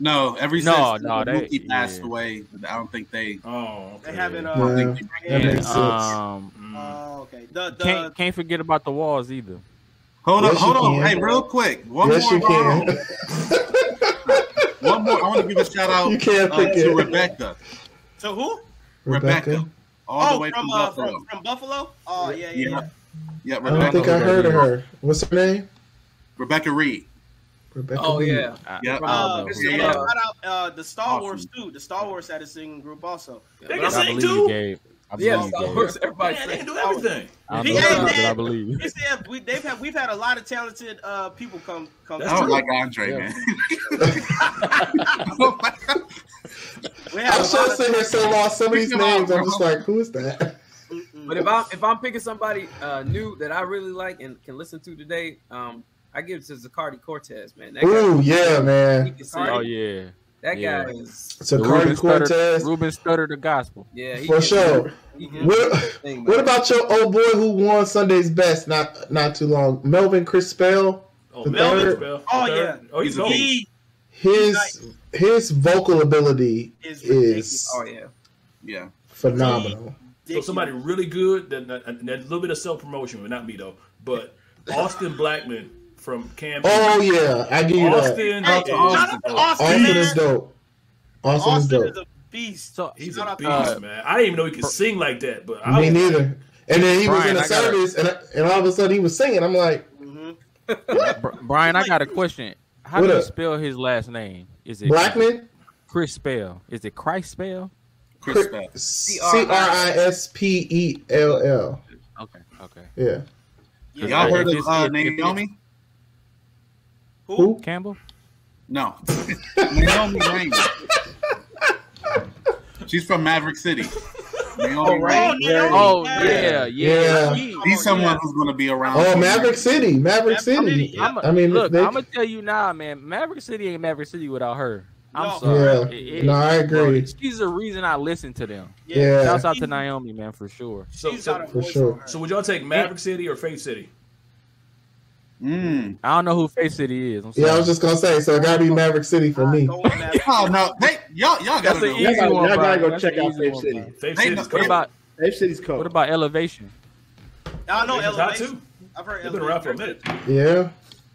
F: No, every
C: No,
F: since
C: no, they-
F: Mookie passed
C: yeah.
F: away, I don't think they.
D: Oh, okay.
A: They haven't.
B: Yeah,
A: Uh,
F: think
B: that
A: yeah.
B: makes sense.
C: Um,
D: Mm.
A: Oh, okay. The the
C: can't can't forget about the walls either.
F: Hold
B: Yes,
F: up, hold
B: you
F: on.
B: can.
F: Hey, real quick. One
B: yes,
F: more. um,
B: you can.
F: One more. I want to give a shout out
B: You can't
F: uh,
B: pick
F: to
B: it.
F: Rebecca.
A: to who?
F: Rebecca. All the
A: Oh,
F: way
A: from
F: from,
A: uh,
F: Buffalo.
A: from, from Buffalo. Oh yeah, yeah,
F: Yeah.
A: yeah.
F: Yeah,
B: I don't
F: Rebecca.
B: think I heard of her. What's her name?
F: Rebecca Reed.
B: Rebecca.
G: Oh
B: Lee.
G: yeah,
C: I,
F: Yeah.
C: I
A: Uh,
C: don't know.
A: yeah,
G: Yeah.
A: Shout out uh, the Star
F: Awesome.
A: Wars too. The Star Wars had a singing group also.
D: They
G: Yeah,
D: can
C: But I
D: sing
C: believe you,
D: too.
C: Gabe. I believe
G: yeah.
C: you,
G: Star
C: Gabe.
G: Wars, everybody
D: Man, they can
G: say.
D: do everything.
C: I
A: He
C: believe, you,
A: ain't
C: but I
A: dead.
C: believe. you.
A: They said we, they've had we've had a lot of talented uh, people come come.
D: That's
F: I don't
D: true.
F: like Andre,
E: Yeah.
F: man. I don't like-
A: We
B: I
A: had
B: was
A: a lot
B: just
A: of-
B: sitting there so lost some of these
F: Pick 'em
B: names.
F: up,
B: I'm just
F: bro.
B: like, who is that?
A: Mm-mm.
G: But if I'm if I'm picking somebody uh, new that I really like and can listen to today, um, I give it to Zacardi Cortez, man. That guy,
B: Ooh, yeah,
G: he
B: man.
G: can sing.
C: Oh yeah,
G: that
C: yeah.
G: guy is
B: So
C: Ruben
B: Cardi
C: stuttered,
B: Cortez.
C: Ruben stuttered the gospel.
G: yeah. He
B: For
G: can-
B: sure.
G: he can
B: What,
G: sing, man.
B: what about your old boy who won Sunday's best not not too long? Melvin Crispell.
D: Oh,
B: The
D: Melvin
B: third-
D: Bell.
A: Oh,
D: Third. Oh, he's
F: He's a
D: old.
A: he
B: His his vocal ability
A: is
B: is
G: Oh yeah.
F: yeah.
B: phenomenal.
D: So somebody really good, that, that, that little bit of self promotion, but not me though. But Austin Blackman from Camp.
B: Oh yeah, I give you that.
D: Austin,
A: Hey, shout out
D: is-
A: to Austin,
B: Austin
A: man.
B: is dope. Austin,
A: Austin
B: is
A: is
B: dope.
A: a beast.
C: So
D: he's
A: Shout
D: a
A: out to
D: beast,
C: Austin.
D: man. I didn't even know he could sing like that, but I
B: Me
D: was,
B: neither. And then he was in
C: Brian,
B: a
C: I gotta-
B: service, and, and all of a sudden he was singing. I'm like,
A: Mhm.
C: Br- Brian, I got a question. How
B: What
C: do you
B: up?
C: spell his last name? Is it
B: Blackman,
C: Chris spell? Is it Christ spell?
F: Chris Bell.
B: C R I S P E L L.
C: Okay, okay.
B: Yeah.
A: Yeah.
F: Y'all heard
C: If
F: of
C: it's-
F: uh,
C: if it's-
F: Naomi?
A: Who?
C: Campbell.
F: No. Naomi Raymond. She's from Maverick City. Naomi
A: Oh,
F: Raymond.
A: yeah.
C: Oh
A: Yeah. oh,
C: yeah, yeah.
B: Yeah.
C: He-
F: He's someone who's going to be around.
B: Oh, Maverick City, Maverick
A: Maverick
B: City.
A: City,
B: I
C: I'm a,
B: mean,
C: look,
B: they-
C: I'm gonna tell you now, man. Maverick City ain't Maverick City without her. I'm
A: No.
C: sorry.
B: Yeah.
C: It- it-
B: No, I agree.
C: bro, she's the reason I listen to them.
B: Yeah.
C: Shouts out to Naomi, man, for sure.
D: So,
A: She's got a
D: so,
B: For
A: voice
B: sure.
A: on her.
D: so would y'all take Maverick City or Faith City?
F: Mm.
C: I don't know who Face City is. I'm sorry.
B: Yeah, I was just gonna say. So it gotta be Maverick City for
A: All right,
B: me.
A: go on, Maverick.
F: Oh, no. They, y'all y'all got
C: That's
F: to
C: an
F: know.
C: easy
E: Y'all
C: one.
E: gotta
C: Brian.
E: go
C: That's
E: check
C: an
E: out
C: easy
E: Faith
C: one,
E: City.
C: Brian.
D: Faith
F: They-
D: City's
F: they-
C: What
D: crazy.
C: about
E: Faith City's cold.
C: what about Elevation?
A: I know
D: They've been hot,
A: Elevation.
D: too.
A: I've heard
D: They've been around for a
A: Elevation.
D: minute.
B: Yeah.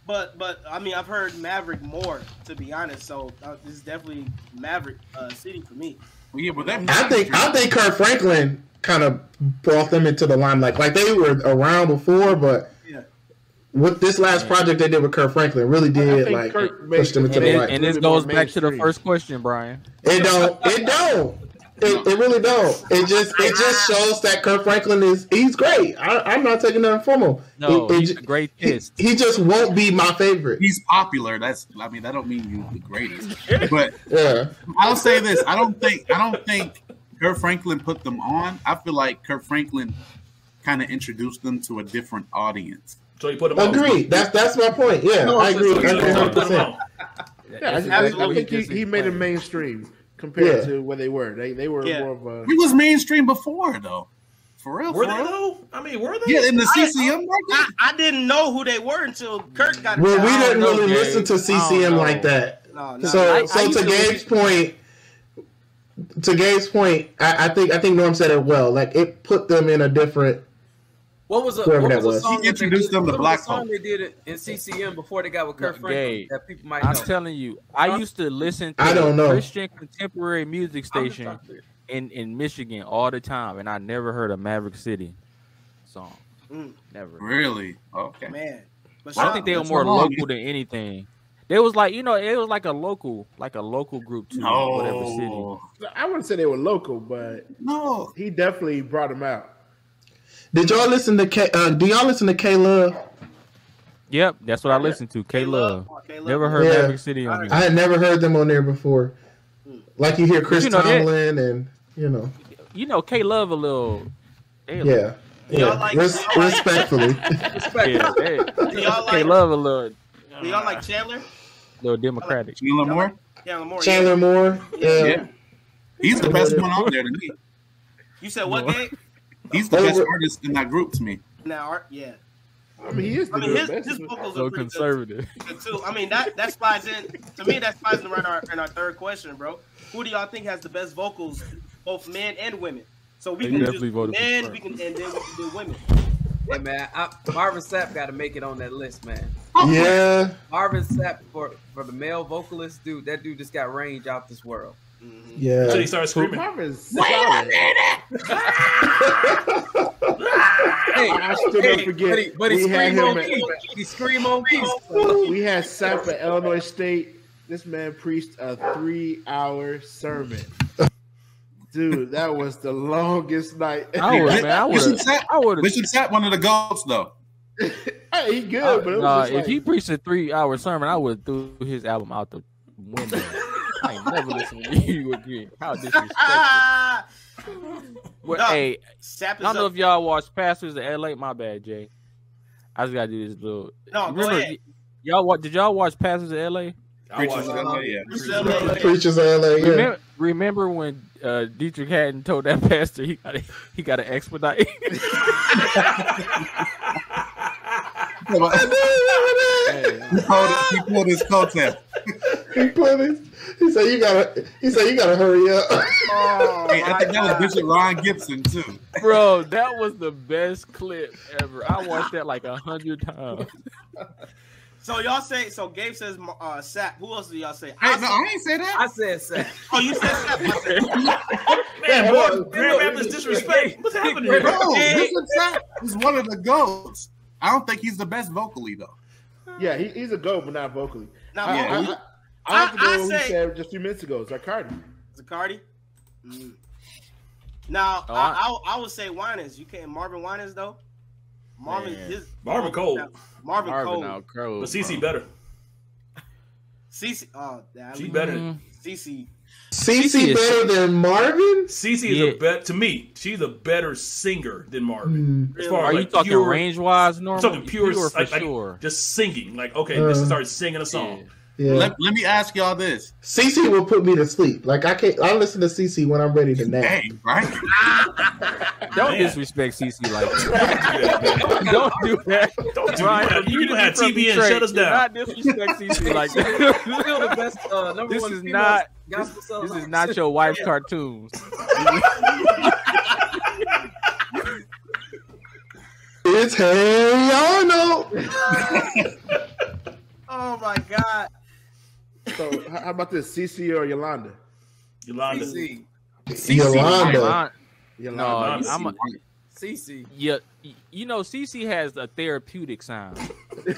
A: But but I mean I've heard Maverick more to be honest. So uh, this is definitely Maverick uh, City for me.
F: Yeah, but that
B: I think I think Kurt Franklin kind of brought them into the limelight. Like they were around before, but
A: Yeah.
B: with this last project they did with Kurt Franklin, really
E: I
B: did
E: think
B: like
E: Kurt made
B: push them
E: it-
B: into
C: And,
B: the
C: it-
E: it-
B: light.
C: and
B: It,
E: it-
C: this
E: Little bit more
C: goes back to the
E: mainstream.
C: first question, Brian.
B: don't. It don't. It, it really don't. It just it just shows that Kirk Franklin is he's great. I, I'm not taking nothing from him.
C: No,
B: It- it
C: he's
B: ju-
C: the greatest.
B: he, he just won't be my favorite.
F: He's popular. That's I mean that don't mean you the greatest, but
B: Yeah,
F: I'll say this: I don't think I don't think Kurt Franklin put them on. I feel like Kurt Franklin kind of introduced them to a different audience.
D: So you put him on.
B: agreed. That's that's my point. Yeah,
F: No,
B: I
F: it's
B: agree.
F: just-
D: You put 'em
B: 100%.
D: on.
E: Yeah, I,
C: It's
E: just, I- I
C: absolutely
E: think he,
C: just
E: he made them
C: incredible.
E: mainstream compared
B: Yeah.
E: to where they were. They they were
A: Yeah.
E: more of a
F: He was mainstream before though, for real.
D: Were
F: for
D: they
F: real.
D: though? I mean, were they?
F: Yeah, in the
A: I-
F: CCM
A: I,
F: market.
A: I didn't know who they were until Kirk got.
B: Well, we
A: I
B: didn't
A: don't know.
B: really
C: Gary.
B: listen to CCM
C: know.
B: like that.
A: No, no,
B: So,
C: I- I
B: so
C: used
B: to
C: to-
B: Gabe's point, to Gabe's point, I, I think I think Norm said it well. Like it put them in a different.
G: What was a,
B: Whoever
G: what
B: that
G: was
B: was.
G: a song
F: He
G: that they
F: introduced
G: did-
F: them to
G: what was a
F: black
G: song
F: folk.
G: they did it in CCM before they got with Kurt
C: Look,
G: Franklin
C: Gabe,
G: that people might know.
C: I'm telling you, I used to listen to
B: I don't know.
C: Christian contemporary music
G: I'm just
C: station
G: talking to you.
C: in, in Michigan all the time, and I never heard a Maverick City song.
A: Mm.
C: Never.
F: Really? Okay.
A: man. But
C: I
A: shout-
C: think they were
F: That's
C: more
F: wrong.
C: local than anything. They was like, you know, it was like a local, like a local group too, whatever city.
F: No.
E: I wouldn't say they were local, but
F: No.
E: he definitely brought them out.
B: Did y'all listen to K? Uh, do y'all listen to K Love?
C: Yep, that's what I listened to. K Love.
A: K-Love. Oh, K-Love.
C: Never heard
B: Yeah.
C: Maverick City on
B: I
C: here.
B: had never heard them on there before. Like you hear Chris
C: you know that-
B: Tomlin and you know,
C: You know, K Love a little. they a
B: yeah, yeah.
A: Y'all like-
B: Res-
A: y'all like-
B: respectfully,
G: Respect.
C: Yeah, they,
A: Do y'all
C: they
A: like?
C: love a little,
A: do y'all like Chandler?
C: little democratic.
F: Chandler Moore.
A: Chandler Moore.
B: Chandler Moore. Yeah,
F: Yeah. He's the best one out there to me.
A: yeah. You said what
C: Moore.
A: game?
F: He's the best artist in that group to me.
A: Now, art- yeah.
E: I mean, he is the
A: I mean, his,
E: best.
A: his vocals
C: So
A: are pretty good,
C: conservative.
A: good too. I mean, that that slides in to me. That slides in right in our in our third question, bro. Who do y'all think has the best vocals, both men and women? So we
C: They
A: can
C: definitely
A: do
C: voted for
A: men,
C: Trump.
A: we can and then we can do women.
G: Hey man, I, Marvin Sapp got to make it on that list, man.
B: yeah.
G: Marvin Sapp for for the male vocalist, dude. That dude just got range out this world.
A: Mhm.
B: yeah.
D: So you started screaming.
E: Marvin's solid.
G: Hey,
E: I still don't forget.
G: But he, but he
E: we had
G: scream
E: him
G: on
E: at,
G: peace. He scream on peace.
E: we had Sap at Illinois State. This man preached a three-hour sermon. Dude, that was the longest night.
C: I would, man. I
F: Bishop
C: would.
F: Sapp,
C: I would.
F: Bishop Sapp, one of the goats though.
E: Hey, he good, but it was
C: Nah,
E: just like,
C: if he preached a three-hour sermon, I would threw his album out the window. I ain't never listened to you again. How disrespectful!
A: Ah,
C: Well,
A: No.
C: hey,
A: Sap
C: I
A: is
C: don't know
A: up.
C: if y'all watch Pastors of L.A. My bad, Jay. I just gotta do this little.
E: Oh,
A: no, go
C: Remember,
A: ahead.
C: y- y'all watch? Did y'all watch Pastors of L.A.?
D: I watched
F: Preachers,
D: it.
F: yeah.
A: Preachers,
B: Preachers of LA. Yeah.
C: Remember, remember when uh, Dietrich Hatton told that pastor he got a, he got to expedite?
F: he, pulled, he pulled his coattail.
B: He put his, he said you gotta. He said you gotta hurry up.
A: Oh,
F: Hey, I
A: my
F: think that
A: God.
F: was Bishop Ron Gibson too.
C: Bro, that was the best clip ever. I watched that like a hundred times.
A: So y'all say so. Gabe says uh, Sap. Who else do y'all say?
F: Hey,
A: I
F: no,
A: say-
F: I ain't say that.
G: I said Sapp.
A: oh, you said Sap. I said
D: Man, boy, Grand Rapids disrespect. What's happening?
F: Bro,
D: bro?
F: Bishop Sapp is one of the goats. I don't think he's the best vocally though.
E: yeah, he, he's a go, but not vocally.
A: now,
E: I,
F: Yeah,
E: I,
F: we-
E: I, I have to
A: I-
E: go
A: I
E: with what
A: say-
E: we said just a few minutes ago. Zaccardi.
A: Zaccardi. Mm. Now
C: Oh,
A: I, I, I would say Winans. You can't Marvin Winans though. Marvin
C: Man.
A: his,
D: Marvin Cole.
A: Marvin, Cole.
C: Crow.
D: But CC better.
A: CC. Oh, that
D: She better.
C: Mm-hmm.
A: CC.
B: CC better than Marvin.
D: CC is
C: Yeah.
D: a bet to me. She's a better singer than Marvin.
B: Hmm.
D: As
A: Really?
D: far
C: Mm. Are
D: as
C: you
D: like,
C: talking
D: pure-
C: range wise,
D: I'm
C: normal?
D: talking pure,
C: for
D: like, like,
C: sure.
D: just singing. Like, okay, let's
B: Uh,
D: start singing a song.
B: Yeah.
F: Let, let me ask y'all this.
B: CC will put me to sleep. Like I can't. I listen to CC when I'm ready to nap.
F: Hey, right?
C: Don't
D: Man.
C: disrespect CC like that.
D: Yeah, man.
C: Don't do that.
D: Don't do
C: Brian,
D: that. You
C: you
D: can have
C: from
D: TBN
C: Detroit.
D: shut us
C: Do
D: down.
C: Not disrespect CC like that.
G: Still the best uh, number
C: This
G: one.
C: is
G: female
C: not-
G: gospel song.
C: This is not your wife's cartoons.
B: It's hey, y'all know.
A: Oh my God.
E: So h- how about this? CC or Yolanda?
D: Yolanda.
G: CC.
B: Yolanda.
E: Yolanda.
C: No,
D: CC
C: I'm a,
G: CC.
C: yeah, you know, CC has a therapeutic sound.
B: Yeah,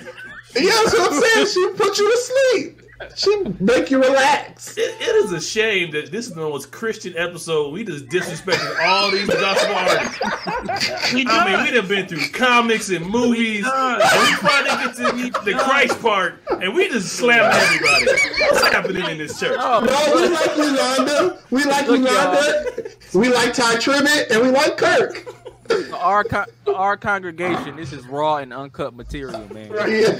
B: that's what I'm saying. She put you to sleep. She make you relax.
D: It, it is a shame that this is the most Christian episode. We just disrespected all these gospel artists. I mean, we done been through comics and movies. and we finally get to meet the Christ part, and we just slam everybody. What's happening in this church?
B: No, we like Yolanda. We like Yolanda. We like Ty Tribbett, and we like Kirk.
C: To our co- to our congregation, this is raw and uncut material, man. You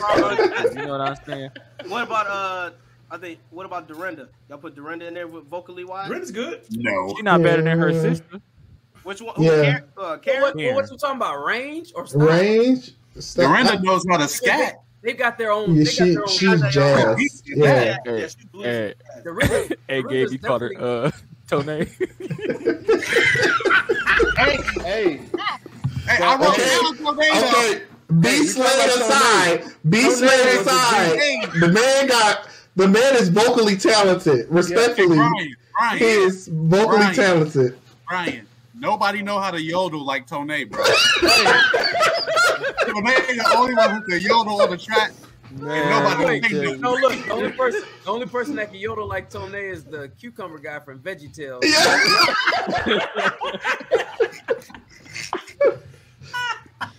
C: know what I'm saying?
A: What about uh? I think. What about Dorinda? Y'all put Dorinda in there with vocally wise.
D: Brent's good.
F: No.
C: She's not better than her
B: Yeah.
C: sister.
A: Which one?
B: Yeah.
A: Yeah. Karen, uh,
G: What,
A: Karen?
G: what you talking about? Range or style?
B: Range. Stop.
F: Miranda knows how to scat.
G: They got their
B: I-
G: own.
B: yeah,
G: they got
B: she
G: their own.
B: she's jazz. Yeah.
A: Yeah, yeah,
C: Eric,
A: she blew
C: Eric,
G: the Riddler-
C: hey, Gabe, you called her uh, Tone.
E: Hey,
F: Hey, I wrote
B: Okay.
F: down for Miranda.
B: Okay. Be slayed aside. Be slayed aside. The man got. The man is vocally talented. Respectfully,
F: Brian,
B: he
F: Brian,
B: is vocally
F: Right.
B: talented.
F: Brian. Nobody know how to yodel like Tone, bro. Tone the only one who can yodel on the track. nobody
B: Man,
F: can
B: okay.
G: No, look, the only person, the only person that can yodel like Tone is the cucumber guy from VeggieTales.
B: Yeah.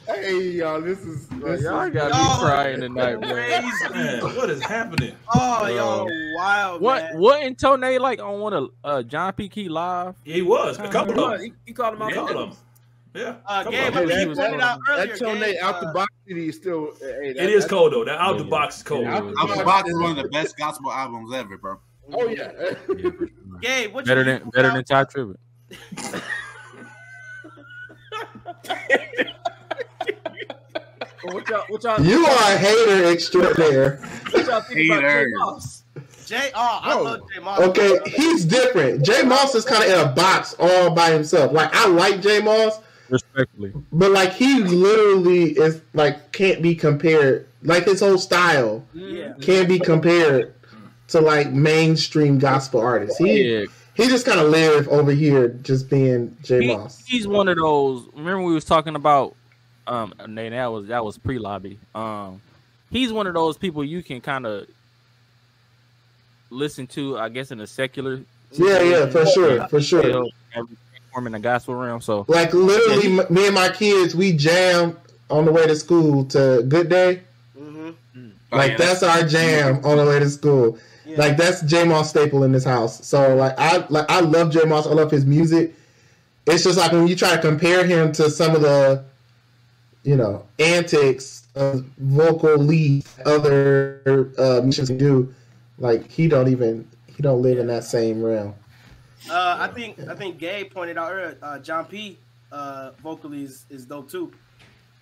E: hey, y'all, this is
C: Y'all
E: this is-
C: got
A: Y'all-
C: me crying tonight, man.
A: Crazy.
D: Man, what is happening?
A: Oh, y'all wild.
C: What
A: Man.
C: what in Tone like on one of uh, John P. Key live?
D: He was a couple of them.
G: He, he called him
D: A
G: out.
D: couple of them. Yeah.
A: Uh,
D: couple
A: Gabe,
D: of
A: I
D: them.
A: think
E: Hey,
A: you
E: that-
A: pointed out
E: that
A: earlier.
E: Tone
A: Gabe,
E: out
A: uh,
E: the box city is still. Hey, that,
D: It is
E: that-
D: cold though. That out the box is cold.
C: Yeah.
E: Out the
F: Out the box is one of the best gospel albums ever, bro.
E: Oh yeah.
A: Gabe, what
C: Better
A: you
C: than better than Ty Tribbett.
G: What y'all, what y'all,
B: You are a hater extraordinaire.
G: what y'all think about Jay
F: Hater.
G: Moss?
A: Jay? Oh, I
E: No.
A: love Jay Moss.
B: Okay, he's different. J Moss is kind of in a box all by himself. Like I like J Moss,
C: Respectfully.
B: but like he literally is like can't be compared. Like his whole style
A: Yeah.
B: can't be compared to like mainstream gospel artists. He
C: Yeah.
B: he just kind of live over here, just being J
C: He-
B: Moss.
C: he's one of those. Remember we was talking about um nay, that was that was pre lobby. Um he's one of those people you can kind of listen to, I guess, in a secular
B: Yeah, yeah, for sure, for sure.
C: still every form in the gospel realm. So
B: Like literally, m- me and my kids, we jam on the way to school to Good Day.
A: Mm-hmm.
F: Oh,
B: Like
F: yeah,
B: that's our jam on the way to school.
A: Yeah.
B: Like that's J Moss staple in this house. So like I like I love J Moss. I love his music. It's just like when you try to compare him to some of the, you know, antics of vocal leads other uh, musicians can do, like he don't even he don't live in that same realm.
A: Uh, I think I think Gabe pointed out earlier. Uh, John P. Uh, vocally is, is dope too,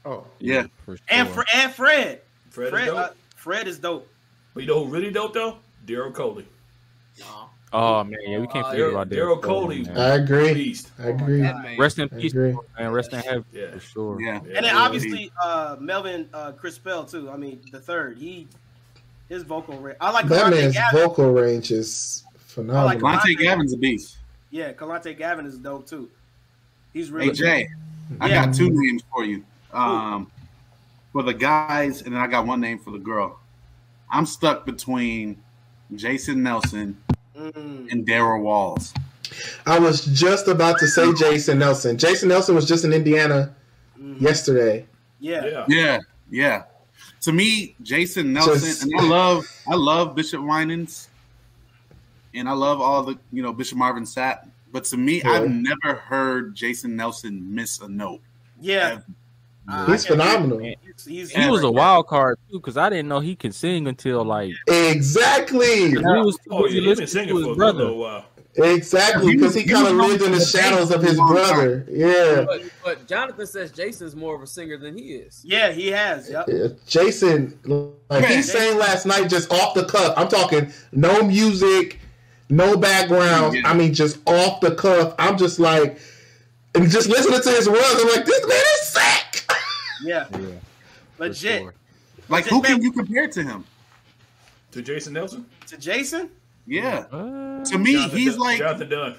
E: Oh,
F: Yeah.
C: for sure.
A: and Fre- and Fred.
D: Fred, is
A: Fred,
D: dope.
A: uh, Fred is dope.
D: but you know who really dope though? Daryl Coley.
C: oh man, yeah, we can't forget
D: Daryl-
C: about
D: Daryl Coley.
C: man.
B: I agree.
D: Beast.
B: I agree.
G: That man.
C: Rest in
B: I
C: peace,
B: agree.
C: man. Rest in heaven
D: Yeah.
C: for sure.
F: Yeah.
D: Yeah.
A: And then
F: Yeah.
A: obviously uh, Melvin uh, Chris Bell too. I mean the third. He his vocal range. I like
B: That
A: Kalante
B: man's
A: Gavin.
B: vocal range is phenomenal.
F: Monte Gavin's a beast.
A: yeah, Kalante Gavin is dope too. He's really
F: Hey Jay, I
A: Yeah.
F: got two names for you. Um, for the guys, and then I got one name for the girl. I'm stuck between Jason Nelson
A: good. Mm.
F: and Daryl Walls.
B: I was just about to say Jason Nelson. Jason Nelson was just in Indiana
A: Mhm.
B: yesterday.
A: Yeah.
D: Yeah.
F: Yeah, yeah. To me, Jason Nelson,
B: Just-
F: and I love, I love Bishop Winans, and I love all the you know Bishop Marvin Sapp. But to me,
B: Yeah.
F: I've never heard Jason Nelson miss a note.
A: Yeah. Uh,
B: He's
A: I can-
B: phenomenal.
A: He's, he's,
C: He was a wild card too, because I didn't know he could sing until like
B: Exactly.
C: we was too
D: Oh,
C: busy
D: yeah, he's been
C: listening
D: singing
C: to
D: for
C: his
D: a good
C: brother.
D: little while.
B: Exactly. Because he
F: You-
B: kind of
F: you
B: lived in the
F: know-
B: shadows of his brother. Yeah.
G: But, but Jonathan says Jason's more of a singer than he is.
A: yeah, he has. Yep.
B: Yeah, Jason, like he
F: Man.
B: sang last night just off the cuff. I'm talking no music, no background.
F: Yeah.
B: I mean, just off the cuff. I'm just like, and just listening to his words, I'm like, this man is sick.
A: Yeah. Legit.
C: sure.
F: Like, who can you compare to him?
D: To Jason Nelson?
A: To Jason?
F: Yeah.
C: Uh,
F: To me,
D: Jonathan
F: he's
D: Dunn-
F: like
D: Jonathan Dunn.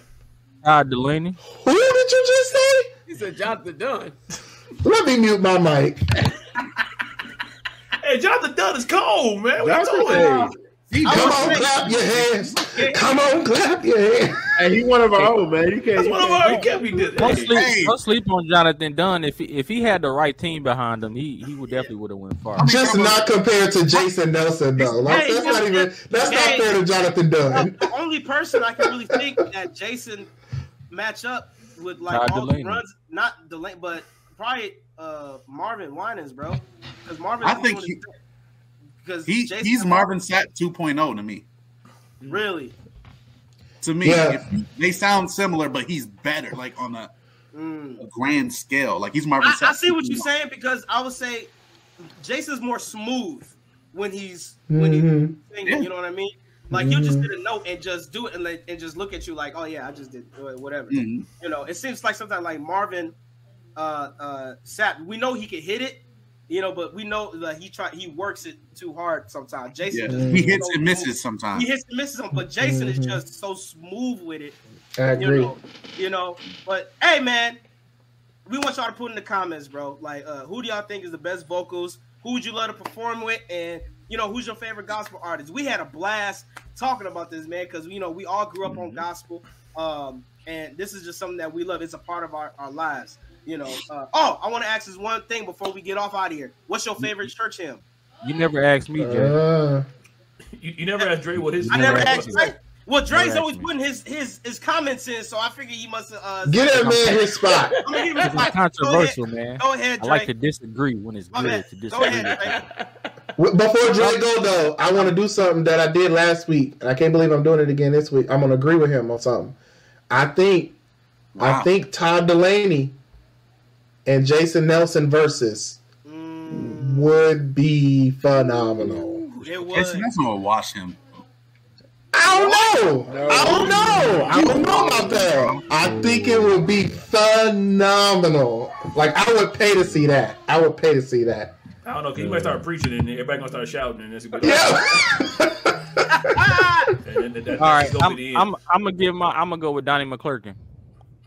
C: Todd Delaney.
B: Who did you just say?
G: He said Jonathan Dunn.
B: Let me mute my mic.
D: Hey, Jonathan Dunn is cold, man. What
E: that's
D: you doing?
E: hey,
B: Come on, clap your hands. Come on, clap your hands.
E: Hey, he one of our own, man. You can't.
D: That's
E: You
D: one of
E: can't
D: our. You can't be this.
C: Don't
D: hey,
C: sleep,
F: hey.
C: don't sleep on Jonathan Dunn. If he, if he had the right team behind him, he, he would definitely would have went far.
B: Just not compared to Jason Nelson, though. Like, that's not even. That's not fair to Jonathan Dunn.
A: the only person I can really think that Jason match up with like
C: Todd
A: all
C: Delaney.
A: the runs, not Delaney, but probably uh Marvin Winans, bro. Because Marvin,
F: I think he-
A: because
F: He, he's Marvin Sapp 2.0 to me.
A: Really,
F: To me,
B: Yeah.
F: if- they sound similar, but he's better, like on a,
A: Mm.
F: a grand scale. Like he's Marvin
A: I,
F: Sapp.
A: I see what you're
F: 2.0.
A: saying because I would say Jason's more smooth when he's when
E: Mm-hmm.
A: he's
C: Mm-hmm.
B: Mhm.
A: singing. You know what I mean? Like you
F: Mm-hmm.
A: just hit a note and just do it and let, and just look at you like, oh yeah, I just did uh, whatever.
F: Mhm.
A: You know, it seems like sometimes like Marvin uh uh Sapp, we know he can hit it, you know, but we know that he try he works it too hard sometimes. Jason
F: Yeah.
A: just
F: He hits
A: so
F: and
A: smooth.
F: misses Mm-hmm. sometimes.
A: He hits and misses him, but Jason is
B: Mhm.
A: just so smooth with it.
B: I
A: You
B: agree.
A: know, you know, but hey man, we want y'all to put in the comments, bro. Like uh who do y'all think is the best vocals? Who would you love to perform with? And you know, who's your favorite gospel artist? We had a blast talking about this, man, because you know, we all grew up on gospel. Um, and this is just something that we love, it's a part of our, our lives, you know. Uh, oh, I want to ask this one thing before we get off out of here. What's your favorite church hymn?
C: You never asked me, Jay.
B: Uh,
D: You, you never asked Dre what his.
A: I never asked
D: was.
A: Drake. Well, Dre's
C: asked
A: always
C: me.
A: putting his his his comments in, so I figure he must uh
B: get that man his spot.
A: I'm gonna give him
C: It's
A: like,
C: controversial, man.
A: Go ahead,
C: I
A: Drake.
C: like to disagree when it's
A: My
C: good
A: bad.
C: to
A: Go
C: disagree.
A: ahead, Drake.
B: W- Before Dre go though, I want to do something that I did last week, and I can't believe I'm doing it again this week. I'm gonna agree with him on something. I think, I
F: Wow.
B: think Todd Delaney and Jason Nelson versus would be phenomenal.
A: Mm, It was.
F: It's that's gonna wash him.
B: I don't know. I don't know. I don't know about that. I think it would be phenomenal. Like I would pay to see that. I would pay to see that.
D: I don't know. Cause you might start preaching and everybody gonna start shouting and that's gonna be like,
B: Yeah.
D: And then that,
C: All right,
D: gonna be
C: I'm,
D: the end.
C: I'm I'm gonna give my I'm gonna go with Donnie McClurkin.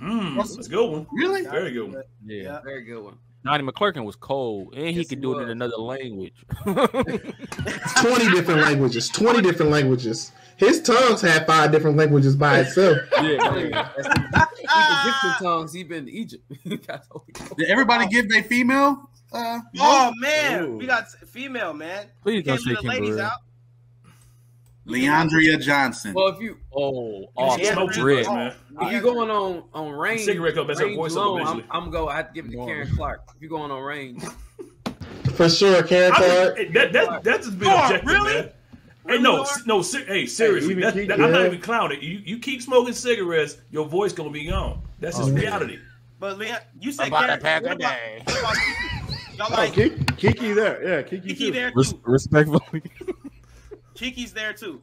D: Mm, that's a good one.
F: Really?
D: Very good one.
C: Yeah.
A: Yeah.
G: Very good one.
C: Donnie McClurkin was cold, and he
G: Yes,
C: could
G: he
C: do it
G: was.
C: in another language.
B: 20 different languages. 20 different languages. His tongues had five different languages by itself.
C: yeah,
G: That's the, even
A: Ah,
G: Egyptian tongues. He been to Egypt. That's all we know.
F: Did everybody give their female? Uh,
A: Oh man,
E: Ooh.
A: we got female man.
C: please
A: You
C: don't
A: can't
C: say
A: leave the ladies
C: Kimberly.
A: out.
F: Leandria Johnson.
G: well, if you
C: Oh,
D: Oh,
C: oh,
A: Yeah,
D: smoke
A: Rick.
D: cigarettes, man.
G: if you going on on range,
D: Cigarette cup, that's a
G: range
D: voice
G: alone,
D: up
G: I'm,
D: eventually.
G: I'm go. I would give it to
C: No.
G: Karen Clark. If you going on range,
B: For sure, Karen
D: I
B: Clark.
D: mean, that, that, that's just being
A: Oh,
D: objective,
A: really?
D: man. Hey, no,
A: Really,
D: s- no, ser- hey, seriously,
E: even
D: that,
E: keep-
D: that- I'm not
B: yeah.
D: even clowning. You you keep smoking cigarettes, your voice gonna be gone. That's
B: Oh,
D: just reality.
A: But Leon, you said
C: About
A: Karen.
C: to pass
A: What
C: the
A: about-
C: day.
A: what about Kiki? Y'all
E: Oh,
A: like
E: Kiki, Kiki there. Yeah, Kiki,
A: Kiki
E: too.
A: there
C: Res-
A: too.
C: respectfully.
A: Kiki's there too.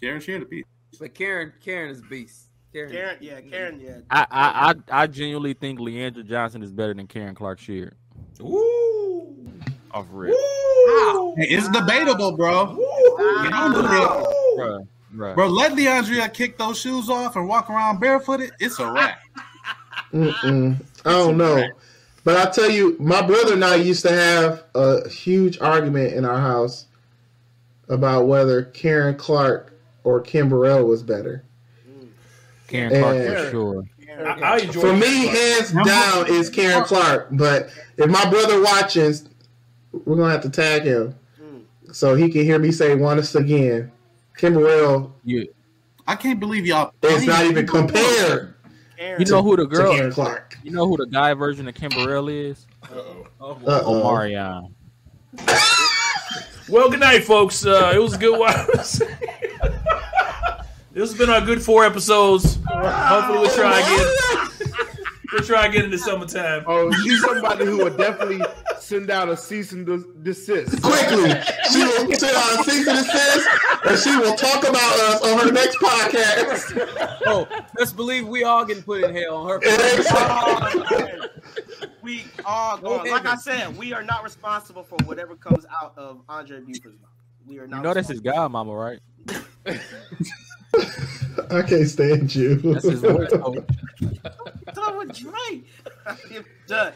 F: Karen Shear to be.
G: but Karen, Karen is beast. Karen,
A: Karen, yeah,
G: Mm.
A: Karen, yeah.
C: I, I I I genuinely think Leandra Johnson is better than Karen Clark Sheard.
D: Ooh,
C: Off rip,
D: ooh,
F: Hey, it's debatable, bro. Get on with it.
C: Bruh, bruh.
F: Bro, let Leandria kick those shoes off and walk around barefooted. It's a wrap.
B: Mm-mm. I don't know. But I tell you, my brother and I used to have a huge argument in our house about whether Karen Clark or Kim Burrell was better.
C: Karen Clark
B: Yeah.
C: for sure.
D: I, I enjoy
B: For me, hands down is Karen Clark. But if my brother watches, we're gonna have to tag him so he can hear me say once again. Kimberell
C: You,
F: I can't believe y'all.
B: is not even compared
A: Karen.
C: you know who the
B: to
C: girl?
B: Karen Clark.
C: You know who the guy version of Kimberell is? Uh, uh-huh.
B: Uh-oh.
C: Omarion.
D: Well, good night, folks. Uh, it was a good while. this has been our good four episodes. Hopefully, we'll try again. we'll try again in the summertime.
E: Oh, she's somebody who will definitely send out a cease and des- desist.
B: Quickly, she will sit on cease and desist, and she will talk about us on her next podcast.
G: Oh, let's believe we all getting put in hell on her.
A: we all
G: No
A: going. Oh, Like I
G: heaven.
A: said, we are not responsible for whatever comes out of Andre Buford's mouth. We are not.
C: You know that's his
A: responsible.
C: godmama, right?
B: I can't stand you.
C: That's his voice coach.
A: done with Drake. I am done.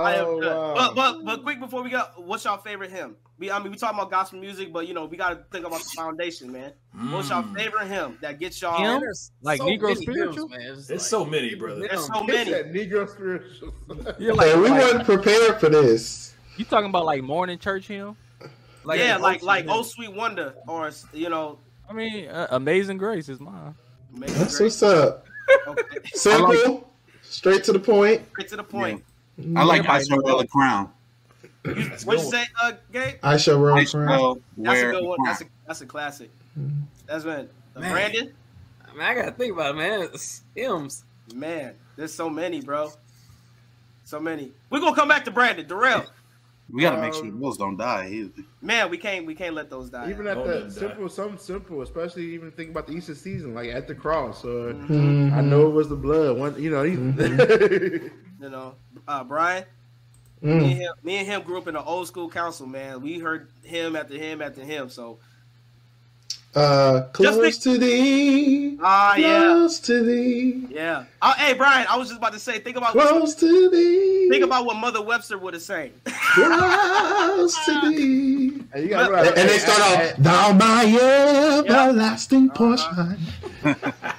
A: I am
E: Oh,
A: done.
E: wow.
A: But but but quick before we go, what's y'all favorite hymn? We, I mean, we talking about gospel music, but you know, we got to think about the foundation, man. What's
D: Mm.
G: Hmm.
A: y'all favorite hymn that gets y'all?
C: Hymn? Like
G: so
C: Negro
G: many
C: spiritual?
G: hymns, man. It's
D: It's so many, brother.
A: There's so
E: It's
A: many.
E: that Negro spiritual.
C: You're like,
B: Hey, we
C: like-
B: weren't prepared for this.
C: you talking about like morning church hymn?
G: like
A: yeah,
G: an
A: like
G: ocean
A: like
G: hymn.
A: Oh Sweet Wonder, or you know,
C: I mean, uh, Amazing Grace is mine.
A: make it
B: That's
A: great.
B: what's up.
A: Okay.
B: Simple, straight to the point.
A: Get to the point.
F: I like I shall wear the crown.
D: That's
A: What you
D: good.
A: say, uh, Gabe?
B: I shall run
F: I
B: crown.
F: shall
A: That's a
F: wear
A: good
F: the
A: one.
F: crown.
A: That's a that's a classic.
E: Mm-hmm.
A: That's been the
G: Man.
A: Brandon.
G: I mean, I gotta think about it, man. It's hymns.
A: Man, there's so many, bro. So many. We're gonna come back to Brandon Darrell.
F: We got to make sure the
E: Um,
F: Bills don't die. either.
A: Man, we can't we can't let those die.
E: even at
D: Oh,
E: the
D: that's
E: simple, some simple, especially even think about the Easter season, like at the cross. Or
A: Mm-hmm.
B: Mhm.
D: Mm-hmm.
E: I know it was the blood. One, you know, he-
A: you know, uh, Brian. Me
B: Mm.
A: and, him, me and him grew up in an old school council, man. We heard him after him after him. So
B: Uh, close
A: Just
B: to thee.
A: ah yeah,
B: Close to thee.
A: yeah. Uh, hey Brian, I was just about to say, think about
B: Close to thee.
A: think about what Mother Webster would have sang.
B: Close to thee.
E: and, you gotta
B: And,
E: realize-
B: and they start
E: I-
B: off, thou my everlasting
A: Uh-huh.
B: portion.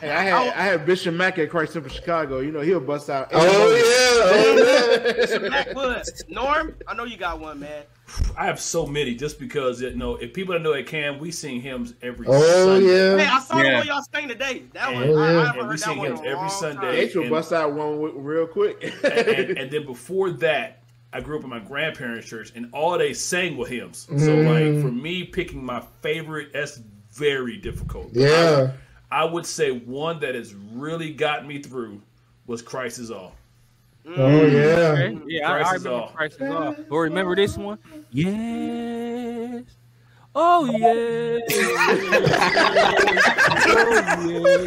E: Hey, I had I had Bishop Mack at Christ Temple Chicago. You know he'll bust out.
B: Oh, yeah.
A: Mac Wood, Norm, I know you got one, man.
D: I have so many just because you know if people don't know it, Cam, we sing hymns every
B: Oh,
D: Sunday.
A: Hey,
B: yeah. Oh,
A: I saw the
F: Yeah.
A: one y'all sang today. That one,
D: And-
A: I, I
B: and
A: haven't
D: we
A: heard that
D: sing
A: one in
D: him
A: a
D: every
A: long
D: Sunday.
A: time.
E: H will bust out one wi- real quick.
D: and, and- and then before that, I grew up in my grandparents' church, and all they sang were hymns. So, like for me, picking my favorite, that's very difficult.
B: Yeah.
D: I would say one that has really got me through was Christ is all.
A: Mm.
B: Oh, yeah.
C: Okay? Yeah, I, I
D: Christ is
C: remember
D: all.
C: Christ is all. But remember this one? Yes. Oh yeah.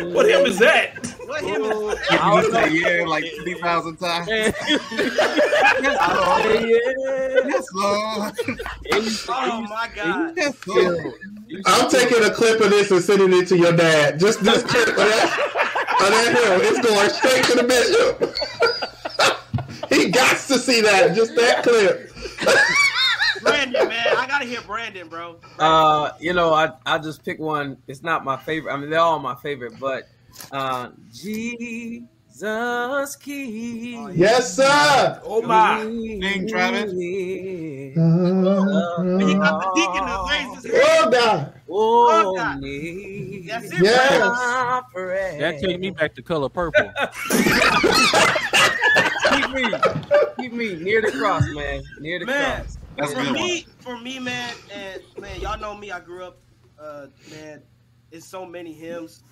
D: What hymn is that?
A: What him is
C: I was
F: You say, yeah, like 50,000 times.
C: saying,
F: Oh,
C: yeah.
F: yes, Lord.
A: Oh my god.
F: Yes, Lord.
B: I'm taking a clip of this and sending it to your dad. Just this clip of that, of that hill. It's going straight to the bishop. he got to see that. Just that clip.
A: Brandon, man. I gotta hear Brandon, bro.
G: Uh, you know, I I just pick one. It's not my favorite. I mean, they're all my favorite, but uh,
A: Oh,
G: Jesus King.
B: Yes, sir.
D: Oh my!
F: Sing, Travis.
A: When he
B: Uh-huh.
A: got the deacon to raise his hand.
B: Well done.
G: Oh,
A: God.
G: me.
A: That's it,
B: Yes.
A: Brandon.
G: I pray.
C: That took me back to color purple.
G: Keep me, keep me near the cross, man. Near the
A: Man,
G: cross.
F: That's a
A: for
F: good one.
A: me, for me, man, and man, y'all know me. I grew up, uh, man. It's so many hymns.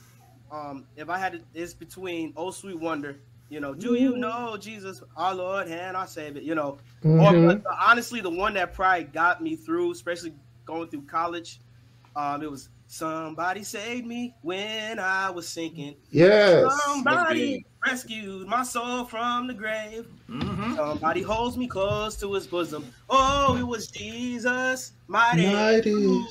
A: Um, if I had to, it's between "Oh Sweet Wonder," you know, "Do You Know Jesus, Our Lord and Our Savior," you know. Or
B: Mhm.
A: but honestly, the one that probably got me through, especially going through college, um, it was "Somebody Saved Me When I Was Sinking." Oh,
B: Yes.
A: Somebody rescued my soul from the grave.
D: hmm
A: Somebody holds me close to his bosom. Oh, it was Jesus, mighty.
B: Mighty.
A: Ooh,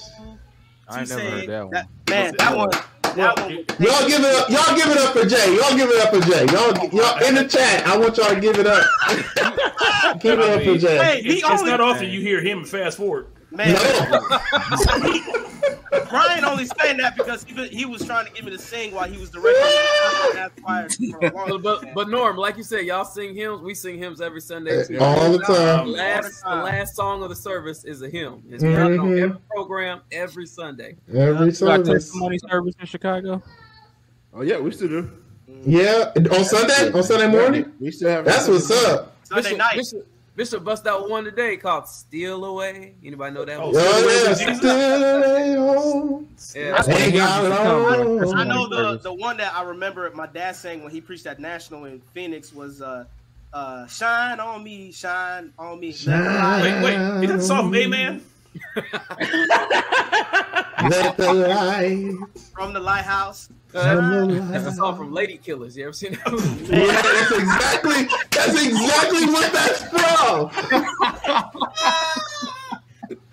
C: I ain't
A: to
C: never
A: say
C: heard that one.
A: man, that one. That one.
B: Y'all give it up. Y'all give it up for Jay. Y'all give it up for Jay. Y'all, y'all in the chat. I want y'all to give it up. give it up for Jay.
A: Hey,
D: It's,
A: he
D: it's
A: only
D: not often you hear him fast forward.
A: man.
B: No.
A: Brian only saying that because he, was- he was trying to get me to sing while he was directing the That's choir for a long
G: But, but but Norm, like you said, y'all sing hymns. We sing hymns every Sunday. too.
B: All the
G: The
B: time.
G: last, the last song of the service is a hymn. It's done on
B: Mhm.
G: every program every Sunday.
B: Every
C: Like
B: service.
C: testimony service in Chicago.
E: oh yeah, we still do.
B: Yeah. On Sunday. On Sunday morning.
E: we still have.
B: That's what's up.
A: Sunday
G: Bishop,
A: night.
G: Bishop, Bishop bust out one today called "Steal Away." Anybody know that
D: Oh,
G: one?
B: Oh, yeah.
D: Jesus.
B: Still home.
G: Yeah.
C: That's when
B: Hey,
C: hymns
B: God,
C: used to come during
B: Lord.
A: I
C: testimony
G: Oh
A: know the,
C: service.
A: the one that I remember my dad saying when he preached at National in Phoenix was uh uh shine on me, shine on me. let the light
D: Wait, wait, is that song from Amen?
B: Let the light.
A: from the lighthouse.
B: From the
G: That's a
B: light.
G: song from Lady Killers. You ever seen that? one?
B: Yeah, that's exactly. That's exactly what that's from.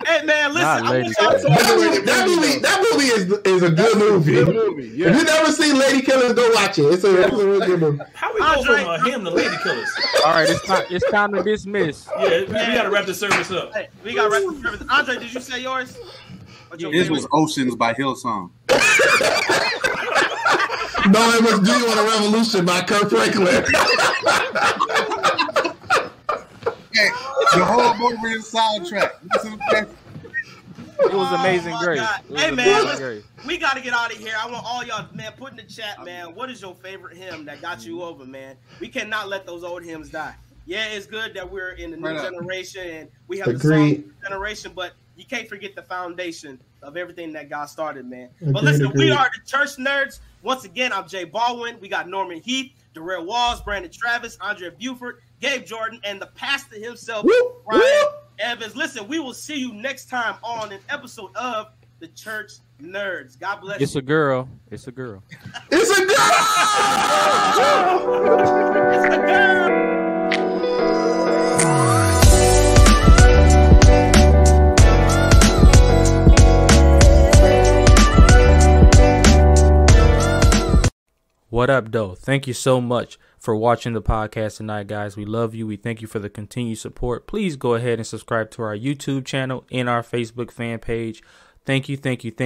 A: Hey man, listen,
C: Not
A: I
C: Lady
A: want y'all
C: Gaga.
A: to
B: That movie. That movie, that movie is is a good movie.
E: Good movie.
B: If
E: Yeah.
B: you never seen Lady Killers, go watch it. It's a, it's a real good movie.
D: How we go from
A: Andre-
D: uh, him to Lady Killers?
C: All right, it's time. It's time to dismiss.
D: Yeah, we, we gotta wrap the service up.
A: Hey, we got right service. Andre, did you say yours? What's your
F: His
A: favorite?
F: was Oceans by Hillsong.
B: No, it was Due on a Revolution by Kirk Franklin.
F: Hey, the whole movie is soundtrack. Listen to
C: It
F: that.
C: was
A: Oh,
C: Amazing
A: my
C: Grace.
A: God.
C: It was
A: Hey, man,
C: Amazing
A: let's-
C: Grace.
A: We gotta get out of here. I want all y'all, man. Put in the chat, man. What is your favorite hymn that got you over, man? We cannot let those old hymns die. Yeah, it's good that we're in the new
F: Right up.
A: generation and we have the
B: Agreed.
A: song generation, but you can't forget the foundation of everything that God started, man. but
B: Agreed,
A: listen, we
B: agreed.
A: are the Church Nerds. Once again, I'm Jay Baldwin. We got Norman Heath, Darrell Walls, Brandon Travis, Andrea Buford, Gabe Jordan, and the pastor himself,
B: Whoop,
A: Brian
B: whoop.
A: Evans. Listen, we will see you next time on an episode of the Church Nerds. God bless
C: It's
A: you.
C: a girl. It's a girl.
B: It's a girl.
A: It's a girl.
C: What up, though? Thank you so much for watching the podcast tonight, guys. We love you. We thank you for the continued support. Please go ahead and subscribe to our YouTube channel and our Facebook fan page. Thank you, thank you, thank